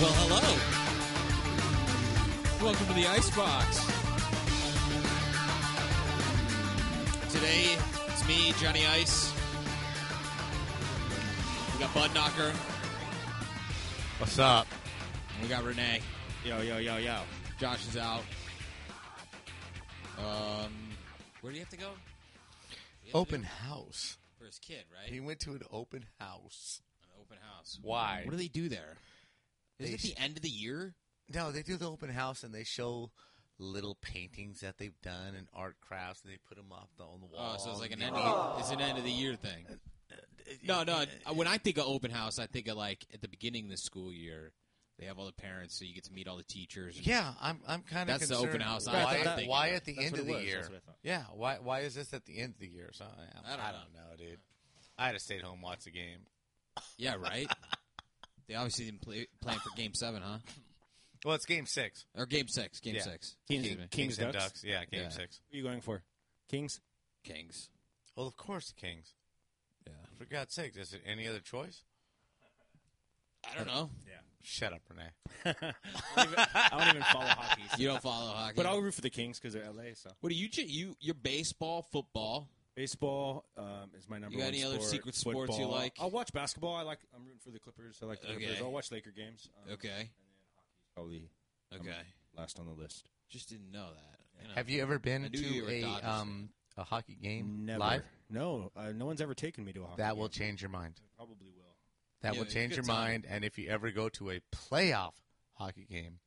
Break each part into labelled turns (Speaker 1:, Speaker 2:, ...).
Speaker 1: Well, hello. Welcome to the Icebox. Today, it's me, Johnny Ice. We got Bud Knocker.
Speaker 2: What's up?
Speaker 1: And we got Renee. Yo, yo, yo, yo. Josh is out. Um, where do you have to go? You have to
Speaker 2: Open
Speaker 1: go
Speaker 2: house.
Speaker 1: for his kid, right?
Speaker 2: He went to an open house.
Speaker 1: An open house.
Speaker 2: Why?
Speaker 1: What do they do there? Is
Speaker 2: They
Speaker 1: it the end of the year?
Speaker 2: No, they do the open house and they show little paintings that they've done and art crafts and they put them up on the wall.
Speaker 1: Oh, so it's like an end. Of the, it's an end of the year thing. No, no. uh, When I think of open house, I think of like at the beginning of the school year, they have all the parents, so you get to meet all the teachers. and-
Speaker 2: Yeah, I'm. I'm kind of
Speaker 1: That's the open house I
Speaker 2: Why,
Speaker 1: was
Speaker 2: at-
Speaker 1: thinking
Speaker 2: why
Speaker 1: of.
Speaker 2: at the
Speaker 3: That's
Speaker 2: end
Speaker 3: what
Speaker 2: of
Speaker 3: it
Speaker 2: the
Speaker 3: was.
Speaker 2: year?
Speaker 3: That's what I thought.
Speaker 2: yeah. Why? Why is this at the end of the year? So I, I,
Speaker 1: I don't
Speaker 2: don't, know, dude. I'd have stayed home, watched the game.
Speaker 1: Yeah, right. they obviously didn't play plan for game seven, huh?
Speaker 2: Well, it's game six.
Speaker 1: Or game six. Game
Speaker 2: Yeah.
Speaker 1: six.
Speaker 3: Kings-
Speaker 1: Excuse me.
Speaker 3: Kings
Speaker 2: and
Speaker 3: Ducks?
Speaker 2: Ducks. Yeah, game
Speaker 1: Yeah.
Speaker 2: six.
Speaker 3: What are you going for? Kings?
Speaker 1: Kings.
Speaker 2: Well, of course the Kings.
Speaker 1: Yeah.
Speaker 2: For God's sake, is there any other choice?
Speaker 1: I don't know.
Speaker 3: Yeah.
Speaker 2: Shut up, Renee.
Speaker 3: I don't even, I don't even follow hockey. so-
Speaker 1: You don't follow hockey.
Speaker 3: But I'll root for the Kings because they're LA. So
Speaker 1: what do you? ju- You your baseball, football.
Speaker 3: baseball um, is my number.
Speaker 1: got
Speaker 3: one
Speaker 1: any other
Speaker 3: sport.
Speaker 1: secret sports you
Speaker 3: Football.
Speaker 1: like?
Speaker 3: I'll watch basketball. I like. I'm rooting for the Clippers. I like the
Speaker 1: Okay.
Speaker 3: Clippers. I'll watch Laker games. Um,
Speaker 1: Okay.
Speaker 3: Probably
Speaker 1: Okay.
Speaker 3: last on the list.
Speaker 1: Just didn't know that. You know.
Speaker 2: Have you ever
Speaker 1: I
Speaker 2: been
Speaker 1: knew you
Speaker 2: to
Speaker 1: were a
Speaker 2: a
Speaker 1: Dodgers
Speaker 2: um a hockey game
Speaker 3: Never.
Speaker 2: live?
Speaker 3: No. Uh, no one's ever taken me to a hockey.
Speaker 2: That
Speaker 3: game.
Speaker 2: will change your mind.
Speaker 3: Probably will.
Speaker 2: That
Speaker 1: Yeah,
Speaker 2: will
Speaker 1: it's a
Speaker 2: change
Speaker 1: good
Speaker 2: your
Speaker 1: time.
Speaker 2: mind. And if you ever go to a playoff hockey game,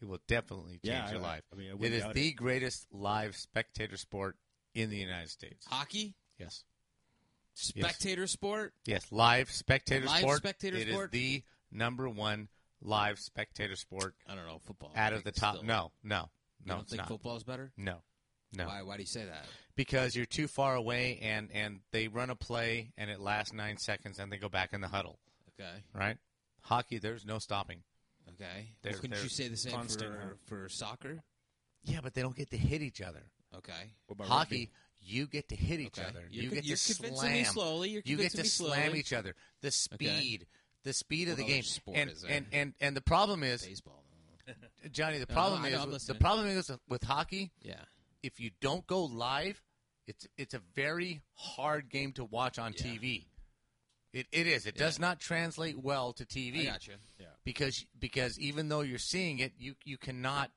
Speaker 2: it will definitely change
Speaker 3: Yeah,
Speaker 2: your
Speaker 3: I-
Speaker 2: life.
Speaker 3: I mean, I
Speaker 2: it
Speaker 3: wouldn't
Speaker 2: is
Speaker 3: doubt
Speaker 2: the greatest live spectator sport in the United States.
Speaker 1: hockey?
Speaker 2: Yes,
Speaker 1: Spectator sport?
Speaker 2: yes, live spectator
Speaker 1: Live
Speaker 2: sport.
Speaker 1: spectator
Speaker 2: It is
Speaker 1: sport?
Speaker 2: the number one live spectator sport
Speaker 1: I don't know. Football.
Speaker 2: out
Speaker 1: Oh, I
Speaker 2: of the
Speaker 1: think
Speaker 2: top.
Speaker 1: still-
Speaker 2: No, no,
Speaker 1: You
Speaker 2: no,
Speaker 1: don't
Speaker 2: it's
Speaker 1: think
Speaker 2: not.
Speaker 1: football's better?
Speaker 2: No, no.
Speaker 1: Why? Why do you say that?
Speaker 2: because you're too far away and and they run a play and it lasts nine seconds and they go back in the huddle
Speaker 1: Okay.
Speaker 2: right hockey there's no stopping
Speaker 1: Okay.
Speaker 2: They're-
Speaker 1: well, couldn't
Speaker 2: they're
Speaker 1: you say the same
Speaker 3: constant
Speaker 1: for,
Speaker 3: hurt.
Speaker 1: for soccer?
Speaker 2: yeah but they don't get to hit each other
Speaker 1: Okay.
Speaker 3: What about
Speaker 2: hockey
Speaker 3: rugby?
Speaker 2: you get to hit each
Speaker 1: Okay.
Speaker 2: other
Speaker 1: You're
Speaker 2: you
Speaker 1: con-
Speaker 2: get
Speaker 1: you're
Speaker 2: to
Speaker 1: convincing
Speaker 2: slam
Speaker 1: me slowly. You're
Speaker 2: you get
Speaker 1: convincing
Speaker 2: to
Speaker 1: me
Speaker 2: slam
Speaker 1: slowly.
Speaker 2: each other the speed the speed of the
Speaker 1: What
Speaker 2: game
Speaker 1: other sport
Speaker 2: and,
Speaker 1: is there?
Speaker 2: and and and the problem is
Speaker 1: Baseball.
Speaker 2: johnny the
Speaker 1: No,
Speaker 2: problem
Speaker 1: I know,
Speaker 2: is
Speaker 1: I'm
Speaker 2: with- the
Speaker 1: listening.
Speaker 2: problem is with hockey
Speaker 1: Yeah.
Speaker 2: if you don't go live, it's it's a very hard game to watch on
Speaker 1: Yeah.
Speaker 2: TV. It it is. It does not translate well to TV.
Speaker 1: I gotcha.
Speaker 2: Because because even though you're seeing it, you you cannot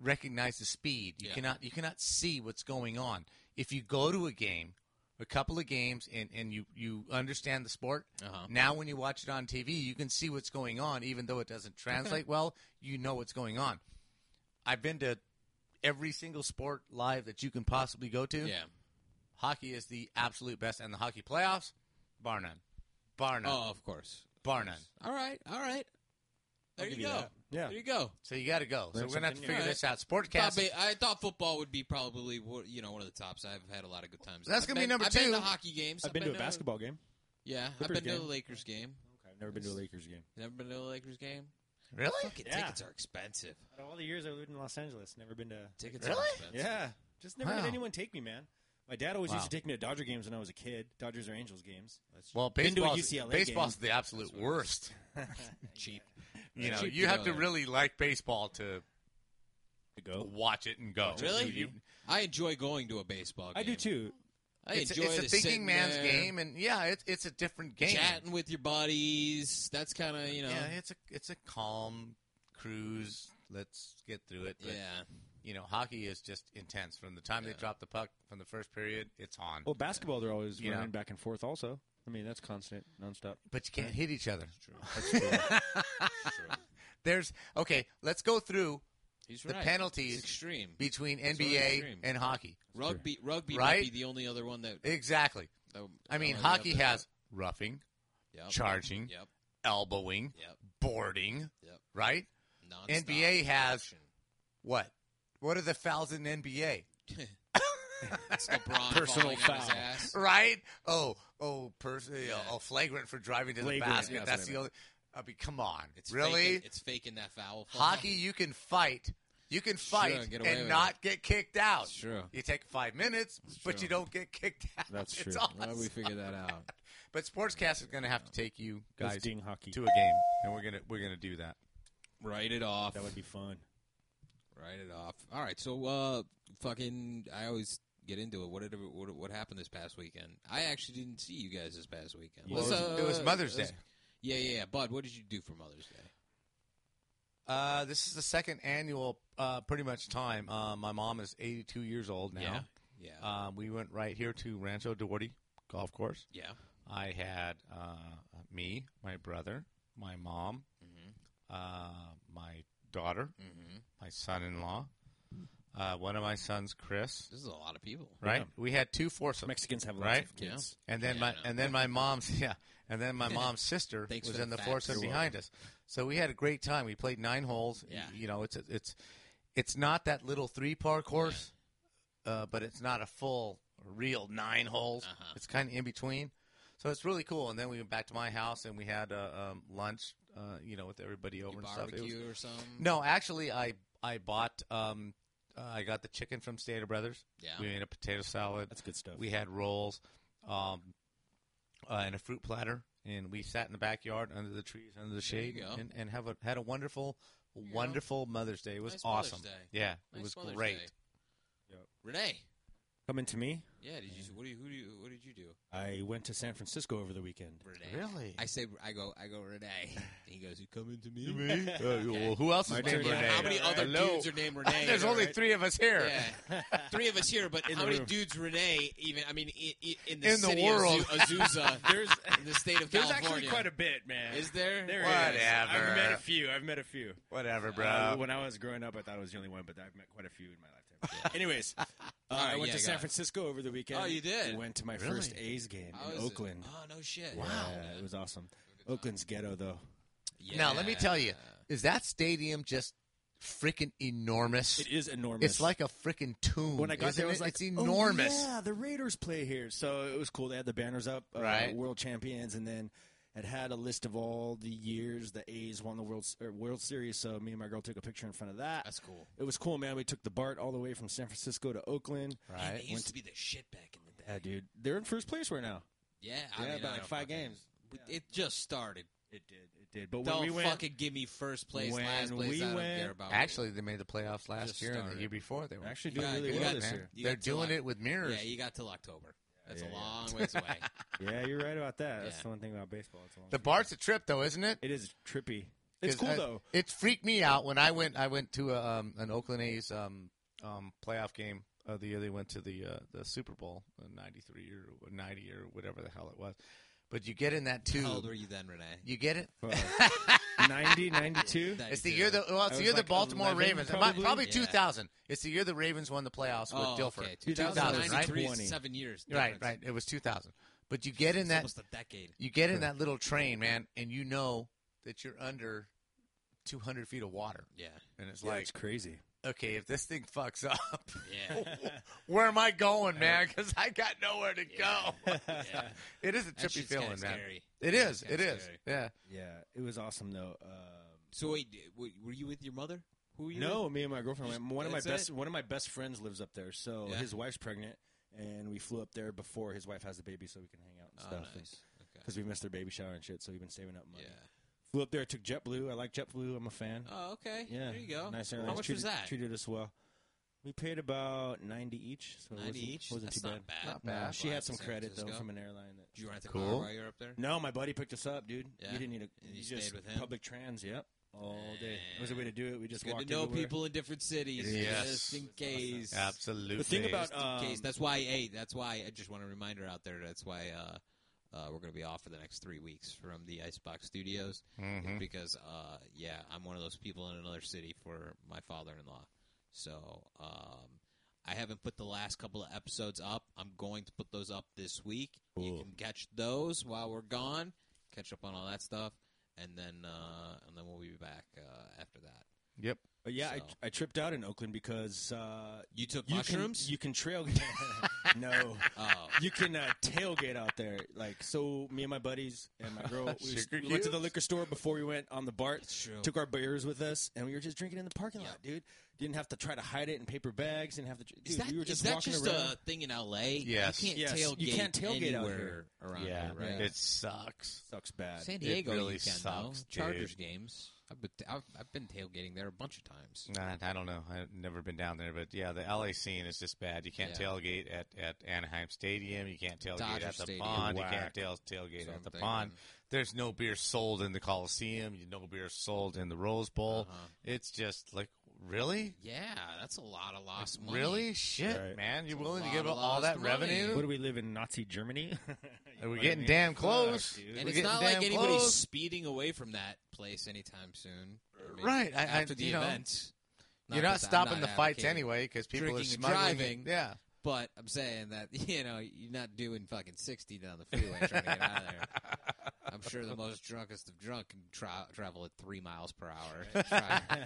Speaker 2: recognize the speed. You
Speaker 1: Yeah.
Speaker 2: cannot you cannot see what's going on. If you go to a game, a couple of games, and and you you understand the sport.
Speaker 1: Uh-huh.
Speaker 2: Now, when you watch it on TV, you can see what's going on, even though it doesn't translate well. You know what's going on. I've been to every single sport live that you can possibly go to.
Speaker 1: Yeah.
Speaker 2: Hockey is the absolute best, and the hockey playoffs, bar none, bar none,
Speaker 1: Oh, of course.
Speaker 2: bar none.
Speaker 1: All right. All right. There
Speaker 3: give
Speaker 1: you
Speaker 3: you
Speaker 1: go.
Speaker 3: that. Yeah.
Speaker 1: There you go.
Speaker 2: So you got to go. so
Speaker 3: Learn
Speaker 2: we're gonna have to
Speaker 3: something new.
Speaker 2: figure
Speaker 1: All
Speaker 2: this out.
Speaker 1: Thought
Speaker 2: Sportcast.
Speaker 1: ba- I thought football would be probably wo- you know one of the tops. I've had a lot of good times.
Speaker 2: That's
Speaker 1: I've
Speaker 2: gonna be
Speaker 1: been-
Speaker 2: number
Speaker 1: I've been
Speaker 2: two.
Speaker 1: to hockey games.
Speaker 3: I've been to a basketball game.
Speaker 1: Yeah, I've
Speaker 3: Clippers
Speaker 1: been to a
Speaker 3: game.
Speaker 1: Lakers game.
Speaker 3: Okay, I've never been to a Lakers game.
Speaker 1: Never been to a Lakers game.
Speaker 2: really?
Speaker 1: Fucking
Speaker 3: Yeah.
Speaker 1: tickets are expensive.
Speaker 3: Out of all the years I lived in Los Angeles, never been to
Speaker 1: Tickets are
Speaker 2: Really?
Speaker 1: expensive.
Speaker 3: Yeah, just never had
Speaker 2: Wow.
Speaker 3: anyone take me, man. My dad always
Speaker 2: Wow.
Speaker 3: used to take me to Dodger games when I was a kid. Dodgers or Angels games. That's
Speaker 2: Well,
Speaker 3: Been to a
Speaker 2: baseball's,
Speaker 3: UCLA
Speaker 2: baseball's
Speaker 3: game.
Speaker 2: the absolute worst.
Speaker 1: Cheap.
Speaker 2: You know,
Speaker 1: Cheap
Speaker 2: you
Speaker 1: to
Speaker 2: have
Speaker 1: go
Speaker 2: to
Speaker 1: there.
Speaker 2: really like baseball to
Speaker 3: to go.
Speaker 2: watch it and go.
Speaker 1: Really?
Speaker 2: You-
Speaker 1: I enjoy going to a baseball game.
Speaker 3: I do too.
Speaker 1: I
Speaker 2: it's,
Speaker 1: enjoy
Speaker 2: it's
Speaker 1: the
Speaker 2: a thinking
Speaker 1: sitting
Speaker 2: man's
Speaker 1: there,
Speaker 2: game, and yeah, it's it's a different game.
Speaker 1: Chatting with your buddies. That's kind of, you know.
Speaker 2: Yeah,
Speaker 1: Yeah.
Speaker 2: it's a it's a calm cruise. Let's get through it. But, you know, hockey is just intense. From the time they drop the puck from the first period, it's on.
Speaker 1: Oh.
Speaker 3: Well, basketball they're always
Speaker 2: You know.
Speaker 3: running back and forth. Also, I mean that's constant, nonstop.
Speaker 2: but you can't hit each other.
Speaker 3: That's true.
Speaker 2: There's okay. Let's go through
Speaker 1: He's
Speaker 2: the
Speaker 1: right.
Speaker 2: penalties
Speaker 1: It's extreme.
Speaker 2: between
Speaker 1: really
Speaker 2: NBA
Speaker 1: extreme.
Speaker 2: and hockey.
Speaker 1: Rugby, rugby
Speaker 2: Right?
Speaker 1: might be the only other one that.
Speaker 2: Exactly.
Speaker 1: that-
Speaker 2: I mean,
Speaker 1: that might be
Speaker 2: hockey
Speaker 1: up there.
Speaker 2: has roughing,
Speaker 1: Yep.
Speaker 2: charging,
Speaker 1: Yep.
Speaker 2: elbowing,
Speaker 1: Yep.
Speaker 2: boarding,
Speaker 1: Yep.
Speaker 2: right?
Speaker 1: Nonstop
Speaker 2: NBA has-
Speaker 1: action.
Speaker 2: What? What are the fouls in NBA?
Speaker 1: It's LeBron
Speaker 3: Personal
Speaker 1: falling on his
Speaker 3: foul.
Speaker 1: ass.
Speaker 2: Right? Oh, oh, pers- yeah,
Speaker 1: Yeah.
Speaker 2: oh, flagrant for driving to
Speaker 3: Flagrant,
Speaker 2: the basket.
Speaker 3: yeah,
Speaker 2: That's
Speaker 3: that's
Speaker 2: the only. I mean, come on,
Speaker 1: It's
Speaker 2: really?
Speaker 1: Faking, it's faking that foul. Fall.
Speaker 2: Hockey, you can fight. You can
Speaker 1: Sure,
Speaker 2: fight
Speaker 1: get away
Speaker 2: and
Speaker 1: with
Speaker 2: not get kicked out.
Speaker 1: Sure.
Speaker 2: You take five minutes, but
Speaker 3: true.
Speaker 2: you don't get kicked out.
Speaker 3: That's
Speaker 2: It's
Speaker 3: true.
Speaker 1: Glad
Speaker 2: awesome.
Speaker 1: we figured that out.
Speaker 2: But Sportscast is going to have to take you
Speaker 3: Guys,
Speaker 2: guys
Speaker 3: ding hockey.
Speaker 2: to a game, and we're gonna we're gonna do that.
Speaker 1: Write it off.
Speaker 3: That would be fun.
Speaker 1: Write it off. All right. So, uh, fucking, I always get into it. What did what, what happened this past weekend? I actually didn't see you guys this past weekend.
Speaker 3: Well,
Speaker 1: What's
Speaker 3: it
Speaker 2: was- it was Mother's
Speaker 1: what's-
Speaker 2: Day.
Speaker 1: Yeah, yeah, yeah. Bud, what did you do for Mother's Day?
Speaker 2: Uh, this is the second annual, uh, pretty much time. Uh, my mom is 82 years old now.
Speaker 1: Yeah, yeah,
Speaker 2: Um, we went right here to Rancho Duarte Golf Course.
Speaker 1: yeah.
Speaker 2: I had uh, me, my brother, my mom, uh, my daughter,
Speaker 1: hmm
Speaker 2: my son-in-law, uh, one of my sons, Chris.
Speaker 1: This is a lot of people.
Speaker 2: Right,
Speaker 3: Yeah.
Speaker 2: we had two foursomes.
Speaker 3: Mexicans have lots
Speaker 2: Right?
Speaker 3: of kids.
Speaker 2: And then
Speaker 1: Yeah,
Speaker 2: my
Speaker 1: I know.
Speaker 2: and then my mom's yeah, and then my mom's sister
Speaker 1: Thanks
Speaker 2: was
Speaker 1: for
Speaker 2: in
Speaker 1: the
Speaker 2: the
Speaker 1: facts.
Speaker 2: foursome
Speaker 1: You're
Speaker 2: behind us. So we had a great time. We played nine holes.
Speaker 1: Yeah.
Speaker 2: you know it's it's it's not that little three par course, uh, but it's not a full real nine holes.
Speaker 1: Uh-huh.
Speaker 2: It's kind of in between. So it's really cool. And then we went back to my house and we had uh, um, lunch, uh, you know, with everybody over
Speaker 1: You
Speaker 2: and stuff. It was-
Speaker 1: barbecue or something.
Speaker 2: no, actually, I I bought um, uh, I got the chicken from Stater Brothers.
Speaker 1: Yeah.
Speaker 2: we made a potato salad.
Speaker 3: That's good stuff.
Speaker 2: We had rolls, um, uh, and a fruit platter, and we sat in the backyard under the trees, under the shade,
Speaker 1: you go.
Speaker 2: and, and have a had a wonderful,
Speaker 1: you go.
Speaker 2: wonderful Mother's Day. It was
Speaker 1: Nice Mother's
Speaker 2: awesome.
Speaker 1: Day.
Speaker 2: Yeah,
Speaker 1: Nice
Speaker 2: it was
Speaker 1: Mother's
Speaker 2: great.
Speaker 1: Day.
Speaker 3: Yep.
Speaker 1: Renee.
Speaker 3: Coming to me,
Speaker 1: Yeah. Did you? What do you? Who do you? What did you do?
Speaker 3: I went to San Francisco over the weekend.
Speaker 1: Renee.
Speaker 2: Really?
Speaker 1: I say. I go. I go. Renee. And he goes. You coming to me?
Speaker 2: Uh, well, who else is
Speaker 3: My
Speaker 2: named
Speaker 3: turn.
Speaker 2: Renee?
Speaker 1: How many other
Speaker 2: Hello.
Speaker 1: dudes are named Renee?
Speaker 2: There's only
Speaker 1: Right?
Speaker 2: three of us here.
Speaker 1: Yeah. three of us here, but how
Speaker 3: the
Speaker 1: many
Speaker 3: room.
Speaker 1: dudes Renee even? I mean, i- i- in the
Speaker 2: In the
Speaker 1: city
Speaker 2: world.
Speaker 1: of Azu- Azusa,
Speaker 3: There's
Speaker 1: in the state of
Speaker 3: there's
Speaker 1: California,
Speaker 3: actually quite a bit, man.
Speaker 1: is there?
Speaker 3: There
Speaker 2: Whatever.
Speaker 3: is. I've met a few. I've met a few.
Speaker 2: Whatever, bro.
Speaker 3: Uh, when I was growing up, I thought I was the only one, but I've met quite a few in my lifetime. Anyways, uh, I
Speaker 1: right,
Speaker 3: went
Speaker 1: yeah,
Speaker 3: to
Speaker 1: go
Speaker 3: San
Speaker 1: ahead.
Speaker 3: Francisco over the weekend.
Speaker 1: Oh, you did?
Speaker 3: Went to my
Speaker 2: Really?
Speaker 3: first A's game
Speaker 1: How
Speaker 3: in
Speaker 1: is it?
Speaker 3: Oakland.
Speaker 1: Oh no shit!
Speaker 3: Yeah, it was awesome. Oakland's ghetto, though.
Speaker 1: Yeah.
Speaker 2: Now let me tell you, is that stadium just freaking enormous?
Speaker 3: It is enormous.
Speaker 2: It's like a freaking tomb.
Speaker 3: when I got
Speaker 2: isn't
Speaker 3: there, it was
Speaker 2: it?
Speaker 3: like
Speaker 2: it's
Speaker 3: "Oh,
Speaker 2: enormous.
Speaker 3: yeah, the Raiders play here, so it was cool. They had the banners up, uh,
Speaker 2: Right.
Speaker 3: World champions, and then it had a list of all the years the A's won the World or World Series. So me and my girl took a picture in front of that.
Speaker 1: That's cool.
Speaker 3: It was cool, man. We took the BART all the way from San Francisco to Oakland.
Speaker 1: Man, they
Speaker 2: Right.
Speaker 1: used to be the shit back in the day.
Speaker 3: Yeah, dude, they're in first place right now.
Speaker 1: Yeah, I
Speaker 3: Yeah,
Speaker 1: mean,
Speaker 3: about
Speaker 1: I
Speaker 3: like
Speaker 1: don't
Speaker 3: five
Speaker 1: fucking-
Speaker 3: games.
Speaker 1: but It just started.
Speaker 3: It did, it did. But
Speaker 1: Don't
Speaker 3: when we went,
Speaker 1: fucking give me first place,
Speaker 3: when
Speaker 1: last place.
Speaker 3: we
Speaker 1: I don't
Speaker 3: went-
Speaker 1: care about.
Speaker 2: Actually, they made the playoffs last
Speaker 1: Just
Speaker 2: year and
Speaker 1: started.
Speaker 2: the year before. They were
Speaker 3: They're actually
Speaker 1: You
Speaker 3: doing
Speaker 1: got-
Speaker 3: really
Speaker 1: you
Speaker 3: well
Speaker 1: got-
Speaker 3: this
Speaker 1: man.
Speaker 3: year.
Speaker 1: You
Speaker 2: They're
Speaker 1: got till
Speaker 2: doing
Speaker 1: like-
Speaker 2: it with
Speaker 1: yeah,
Speaker 2: mirrors.
Speaker 1: you got till October. That's
Speaker 3: Yeah,
Speaker 1: a
Speaker 3: yeah.
Speaker 1: long ways away.
Speaker 3: yeah, you're right about that. That's
Speaker 1: Yeah.
Speaker 3: the one thing about baseball. It's a long
Speaker 2: the
Speaker 3: season.
Speaker 2: bar's a trip, though, isn't it?
Speaker 3: It is trippy. It's
Speaker 2: 'Cause
Speaker 3: cool
Speaker 2: I-
Speaker 3: though.
Speaker 2: It freaked me out when I went. I went to a, um, an Oakland A's um, um, playoff game uh, the year they went to the uh, the Super Bowl '93 or '90 or whatever the hell it was. But you get in that
Speaker 1: How old
Speaker 2: too.
Speaker 1: were you then, Renee?
Speaker 2: You get it.
Speaker 3: Uh, 90, 92?
Speaker 2: It's
Speaker 1: 92.
Speaker 2: the year the well, it's
Speaker 3: I
Speaker 2: the
Speaker 3: was
Speaker 2: year the
Speaker 3: like
Speaker 2: Baltimore
Speaker 3: 11
Speaker 2: Ravens. Probably,
Speaker 3: probably.
Speaker 2: probably
Speaker 1: Yeah.
Speaker 2: 2000. It's the year the Ravens won the playoffs with
Speaker 1: Oh,
Speaker 2: Dilfer.
Speaker 1: okay.
Speaker 3: 2000, right?
Speaker 1: 2003
Speaker 3: 20.
Speaker 1: is seven years.
Speaker 2: Right,
Speaker 1: difference.
Speaker 2: right. It was 2000. But you get in
Speaker 1: It's
Speaker 2: that
Speaker 1: almost a decade.
Speaker 2: you get in that little train, man, and you know that you're under 200 feet of water.
Speaker 1: Yeah,
Speaker 2: And it's
Speaker 3: Yeah,
Speaker 2: like,
Speaker 3: it's crazy.
Speaker 2: okay, if this thing fucks up,
Speaker 1: yeah.
Speaker 2: where am I going, man? Because I got nowhere to
Speaker 1: Yeah.
Speaker 2: go.
Speaker 1: yeah.
Speaker 2: It is a
Speaker 1: That
Speaker 2: trippy
Speaker 1: shit's
Speaker 2: feeling, man.
Speaker 1: kinda scary.
Speaker 2: It
Speaker 1: Yeah,
Speaker 2: is.
Speaker 1: it's
Speaker 2: It
Speaker 1: kinda
Speaker 2: is.
Speaker 1: scary.
Speaker 2: Yeah.
Speaker 3: Yeah, it was awesome though. Um,
Speaker 1: So wait, d- w- were you with your mother? Who were you?
Speaker 3: no, me and my girlfriend.
Speaker 1: Just-
Speaker 3: went. One of my
Speaker 1: that's it?
Speaker 3: best. One of my best friends lives up there, so
Speaker 1: Yeah.
Speaker 3: his wife's pregnant, and we flew up there before his wife has the baby, so we can hang out and
Speaker 1: With?
Speaker 3: stuff.
Speaker 1: Oh, nice. Okay.
Speaker 3: Because we missed their baby shower and shit, so we've been saving up money.
Speaker 1: Yeah.
Speaker 3: Flew up there, took JetBlue. I like JetBlue. I'm a fan.
Speaker 1: Oh, okay.
Speaker 3: yeah,
Speaker 1: There you go.
Speaker 3: Nice
Speaker 1: How
Speaker 3: airlines.
Speaker 1: much
Speaker 3: treated,
Speaker 1: was that?
Speaker 3: Treated us well. We paid about ninety each. So it
Speaker 1: 90
Speaker 3: wasn't,
Speaker 1: each?
Speaker 3: Wasn't
Speaker 1: That's
Speaker 3: too
Speaker 1: not bad.
Speaker 2: Not
Speaker 3: No,
Speaker 2: bad.
Speaker 3: she
Speaker 1: Flying
Speaker 3: had
Speaker 1: to
Speaker 3: some
Speaker 1: San
Speaker 3: credit though
Speaker 1: Francisco?
Speaker 3: from an airline. That
Speaker 1: Did you rent the
Speaker 2: Cool.
Speaker 1: car while you were up there?
Speaker 3: No, my buddy picked us up, dude.
Speaker 1: Yeah?
Speaker 3: You didn't need a.
Speaker 1: And you
Speaker 3: you just
Speaker 1: stayed with him?
Speaker 3: Public trans, yep. All day. It was a way to do it. We just
Speaker 1: It's good
Speaker 3: walked
Speaker 1: to know
Speaker 3: everywhere.
Speaker 1: people in different cities,
Speaker 2: Yes.
Speaker 1: just in case.
Speaker 2: Absolutely.
Speaker 3: The thing about um,
Speaker 1: Just in case. That's why. Hey, that's why. I just want a reminder out there. That's why uh, uh, we're going to be off for the next three weeks from the Icebox Studios.
Speaker 3: Mm-hmm.
Speaker 2: Mhm.
Speaker 1: because uh, yeah, I'm one of those people in another city for my father-in-law. So um, I haven't put the last couple of episodes up. I'm going to put those up this week. You
Speaker 3: Cool.
Speaker 1: can catch those while we're gone. Catch up on all that stuff, and then uh, and then we'll be back uh, after that.
Speaker 2: Yep.
Speaker 3: But yeah,
Speaker 1: So.
Speaker 3: I, I tripped out in Oakland because uh,
Speaker 1: You took
Speaker 3: you
Speaker 1: mushrooms.
Speaker 3: Can, you can trail. no,
Speaker 1: oh,
Speaker 3: you can uh, tailgate out there. Like so, me and my buddies and my girl we, was-
Speaker 2: Sugar
Speaker 3: we went to the
Speaker 2: cubes?
Speaker 3: liquor store before we went on the BART.
Speaker 1: true.
Speaker 3: Took our beers with us, and we were just drinking in the parking
Speaker 1: Yeah.
Speaker 3: lot, dude. Didn't have to try to hide it in paper bags. Didn't have to. Dude,
Speaker 1: is that,
Speaker 3: we were
Speaker 1: is
Speaker 3: just
Speaker 1: that
Speaker 3: walking
Speaker 1: just uh,
Speaker 3: around.
Speaker 1: a thing in L.A.?
Speaker 2: Yes.
Speaker 1: You can't
Speaker 3: Yes,
Speaker 1: tailgate.
Speaker 3: you can't tailgate out
Speaker 1: anywhere around
Speaker 3: Yeah,
Speaker 1: here, right?
Speaker 3: yeah.
Speaker 2: It sucks.
Speaker 3: sucks bad.
Speaker 1: San Diego
Speaker 2: really
Speaker 1: you can,
Speaker 2: sucks,
Speaker 1: though. Chargers
Speaker 2: dude.
Speaker 1: games. I've been, I've, I've been tailgating there a bunch of times.
Speaker 2: Nah, I don't know. I've never been down there, but yeah, the LA scene is just bad. You can't
Speaker 1: Yeah.
Speaker 2: tailgate at, at Anaheim Stadium. You can't tailgate
Speaker 1: Dodger
Speaker 2: at the
Speaker 1: Stadium.
Speaker 2: pond.
Speaker 3: Whack.
Speaker 2: You can't tail, tailgate
Speaker 1: So
Speaker 2: at
Speaker 1: I'm
Speaker 2: the
Speaker 1: thinking,
Speaker 2: pond. There's no beer sold in the Coliseum. You No beer sold in the Rose Bowl.
Speaker 1: Uh-huh.
Speaker 2: It's just like, really?
Speaker 1: Yeah, that's a lot of lost money.
Speaker 2: Really? Shit,
Speaker 3: Right.
Speaker 2: man. You're
Speaker 1: It's a
Speaker 2: willing to
Speaker 1: lot
Speaker 2: give
Speaker 1: of
Speaker 2: up all that
Speaker 1: lost money.
Speaker 3: What
Speaker 2: revenue?
Speaker 3: do we live in Nazi Germany?
Speaker 2: Are we getting damn close?
Speaker 3: dude.
Speaker 1: And
Speaker 2: We're
Speaker 1: it's not
Speaker 2: getting
Speaker 1: like
Speaker 2: damn
Speaker 1: anybody's
Speaker 2: close.
Speaker 1: speeding away from that place anytime soon. I mean,
Speaker 2: Right. I, I,
Speaker 1: After the
Speaker 2: you know,
Speaker 1: event.
Speaker 2: you're
Speaker 1: that
Speaker 2: not
Speaker 1: I'm
Speaker 2: stopping
Speaker 1: not
Speaker 2: the fights
Speaker 1: advocating,
Speaker 2: anyway because people are
Speaker 1: Drinking and
Speaker 2: smuggling.
Speaker 1: driving.
Speaker 2: Yeah.
Speaker 1: But I'm saying that, you know, you're not doing fucking 60 down the freeway trying to get out of there. I'm sure the most drunkest of drunk can tra- travel at three miles per hour to try and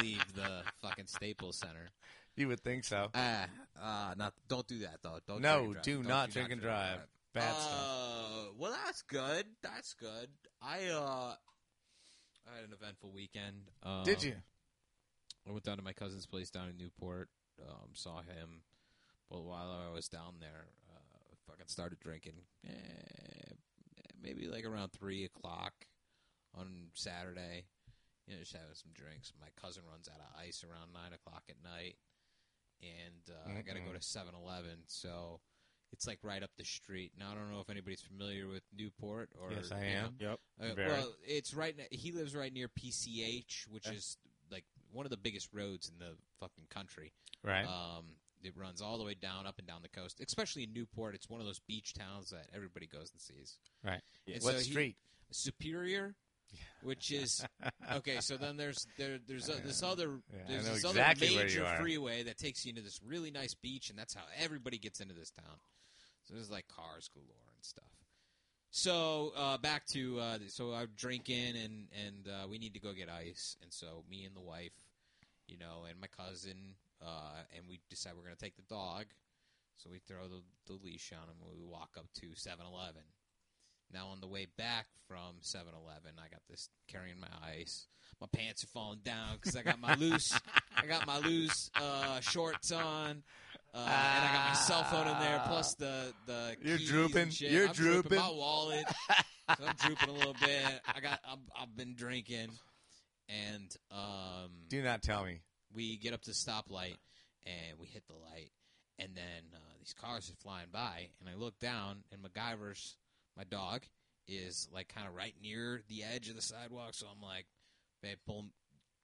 Speaker 1: leave the fucking Staples Center.
Speaker 2: You would think so.
Speaker 1: Ah, uh, not don't do that though. Don't
Speaker 2: No,
Speaker 1: drink and drive.
Speaker 2: do
Speaker 1: Don't
Speaker 2: not drink and drive. Bad
Speaker 1: uh,
Speaker 2: stuff.
Speaker 1: Well, that's good. That's good. I uh, I had an eventful weekend. Um,
Speaker 2: Did you?
Speaker 1: I went down to my cousin's place down in Newport. Um, saw him, but while I was down there, uh, fucking started drinking. Eh, maybe like around three o'clock on Saturday. You know, just having some drinks. My cousin runs out of ice around nine o'clock at night, and uh, I got to go
Speaker 2: Mm-mm.
Speaker 1: to Seven Eleven. So it's like right up the street. Now I don't know if anybody's familiar with Newport or
Speaker 2: Yes, I
Speaker 1: you know,
Speaker 2: am.
Speaker 3: Yep.
Speaker 1: uh,
Speaker 2: Very.
Speaker 1: well, it's right. Ne- he lives right near PCH, which is like one of the biggest roads in the fucking country.
Speaker 2: Right.
Speaker 1: Um, it runs all the way down, up and down the coast. Especially in Newport, it's one of those beach towns that everybody goes and sees.
Speaker 2: Right.
Speaker 1: And
Speaker 2: what
Speaker 1: so he-
Speaker 2: street?
Speaker 1: Superior, which is okay. So then there's there there's uh this other
Speaker 2: Yeah, I
Speaker 1: there's
Speaker 2: know
Speaker 1: this
Speaker 2: exactly
Speaker 1: other
Speaker 2: where you
Speaker 1: major
Speaker 2: are.
Speaker 1: freeway that takes you into this really nice beach, and that's how everybody gets into this town. So there's like cars galore and stuff. So uh, back to uh, so I'm drinking and and uh, we need to go get ice, and so me and the wife, you know, and my cousin, uh, and we decide we're gonna take the dog. So we throw the, the leash on him and we walk up to 7-Eleven. Now on the way back from 7-Eleven, I got this carrying my ice. My pants are falling down because I got my loose, I got my loose uh, shorts on, uh, and I got my cell phone in there. Plus the the
Speaker 2: You're
Speaker 1: keys
Speaker 2: drooping.
Speaker 1: and shit.
Speaker 2: You're
Speaker 1: I'm drooping.
Speaker 2: drooping.
Speaker 1: My wallet. so I'm drooping a little bit. I got. I'm, I've been drinking, and um,
Speaker 2: Do not tell me.
Speaker 1: we get up to the stoplight and we hit the light and then uh, these cars are flying by and i look down and MacGyver's my dog is like kind of right near the edge of the sidewalk so i'm like babe pull him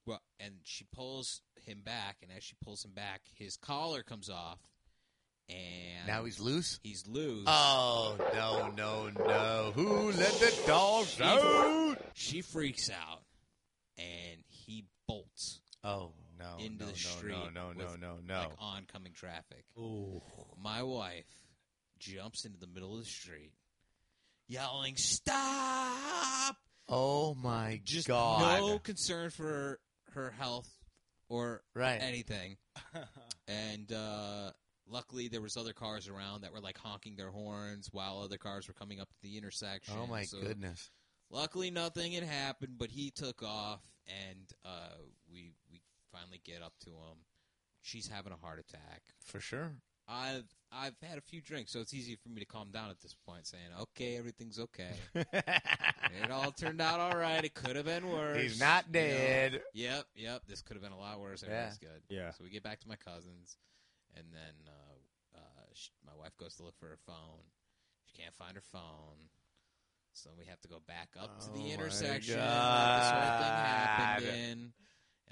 Speaker 1: well, and she pulls him back and as she pulls him back his collar comes off and
Speaker 2: Now he's loose.
Speaker 1: he's loose
Speaker 2: Oh no no no! Who let the dogs out?
Speaker 1: she freaks out and he bolts
Speaker 2: Oh no!
Speaker 1: Into
Speaker 2: no,
Speaker 1: the
Speaker 2: no,
Speaker 1: street
Speaker 2: No no no
Speaker 1: with,
Speaker 2: no no!
Speaker 1: like oh. oncoming traffic my wife jumps into the middle of the street yelling stop
Speaker 2: oh my
Speaker 1: just
Speaker 2: god!
Speaker 1: no concern for her health or
Speaker 2: right.
Speaker 1: anything and uh, luckily there was other cars around that were like honking their horns while other cars were coming up to the intersection
Speaker 2: oh my
Speaker 1: So
Speaker 2: goodness!
Speaker 1: luckily nothing had happened but he took off and uh, we we finally get up to him she's having a heart attack
Speaker 2: For sure.
Speaker 1: I've I've had a few drinks, so it's easy for me to calm down at this point, saying, "Okay, everything's okay. it all turned out all right. It could have been worse.
Speaker 2: he's not
Speaker 1: You know,
Speaker 2: dead.
Speaker 1: Yep, yep. This could have been a lot worse.
Speaker 2: Yeah.
Speaker 1: Everything's good.
Speaker 3: Yeah.
Speaker 1: So we get back to my cousins, and then uh, uh, sh- my wife goes to look for her phone. She can't find her phone. So we have to go back up to
Speaker 2: Oh my
Speaker 1: the intersection that this whole thing happened
Speaker 2: God.
Speaker 1: in,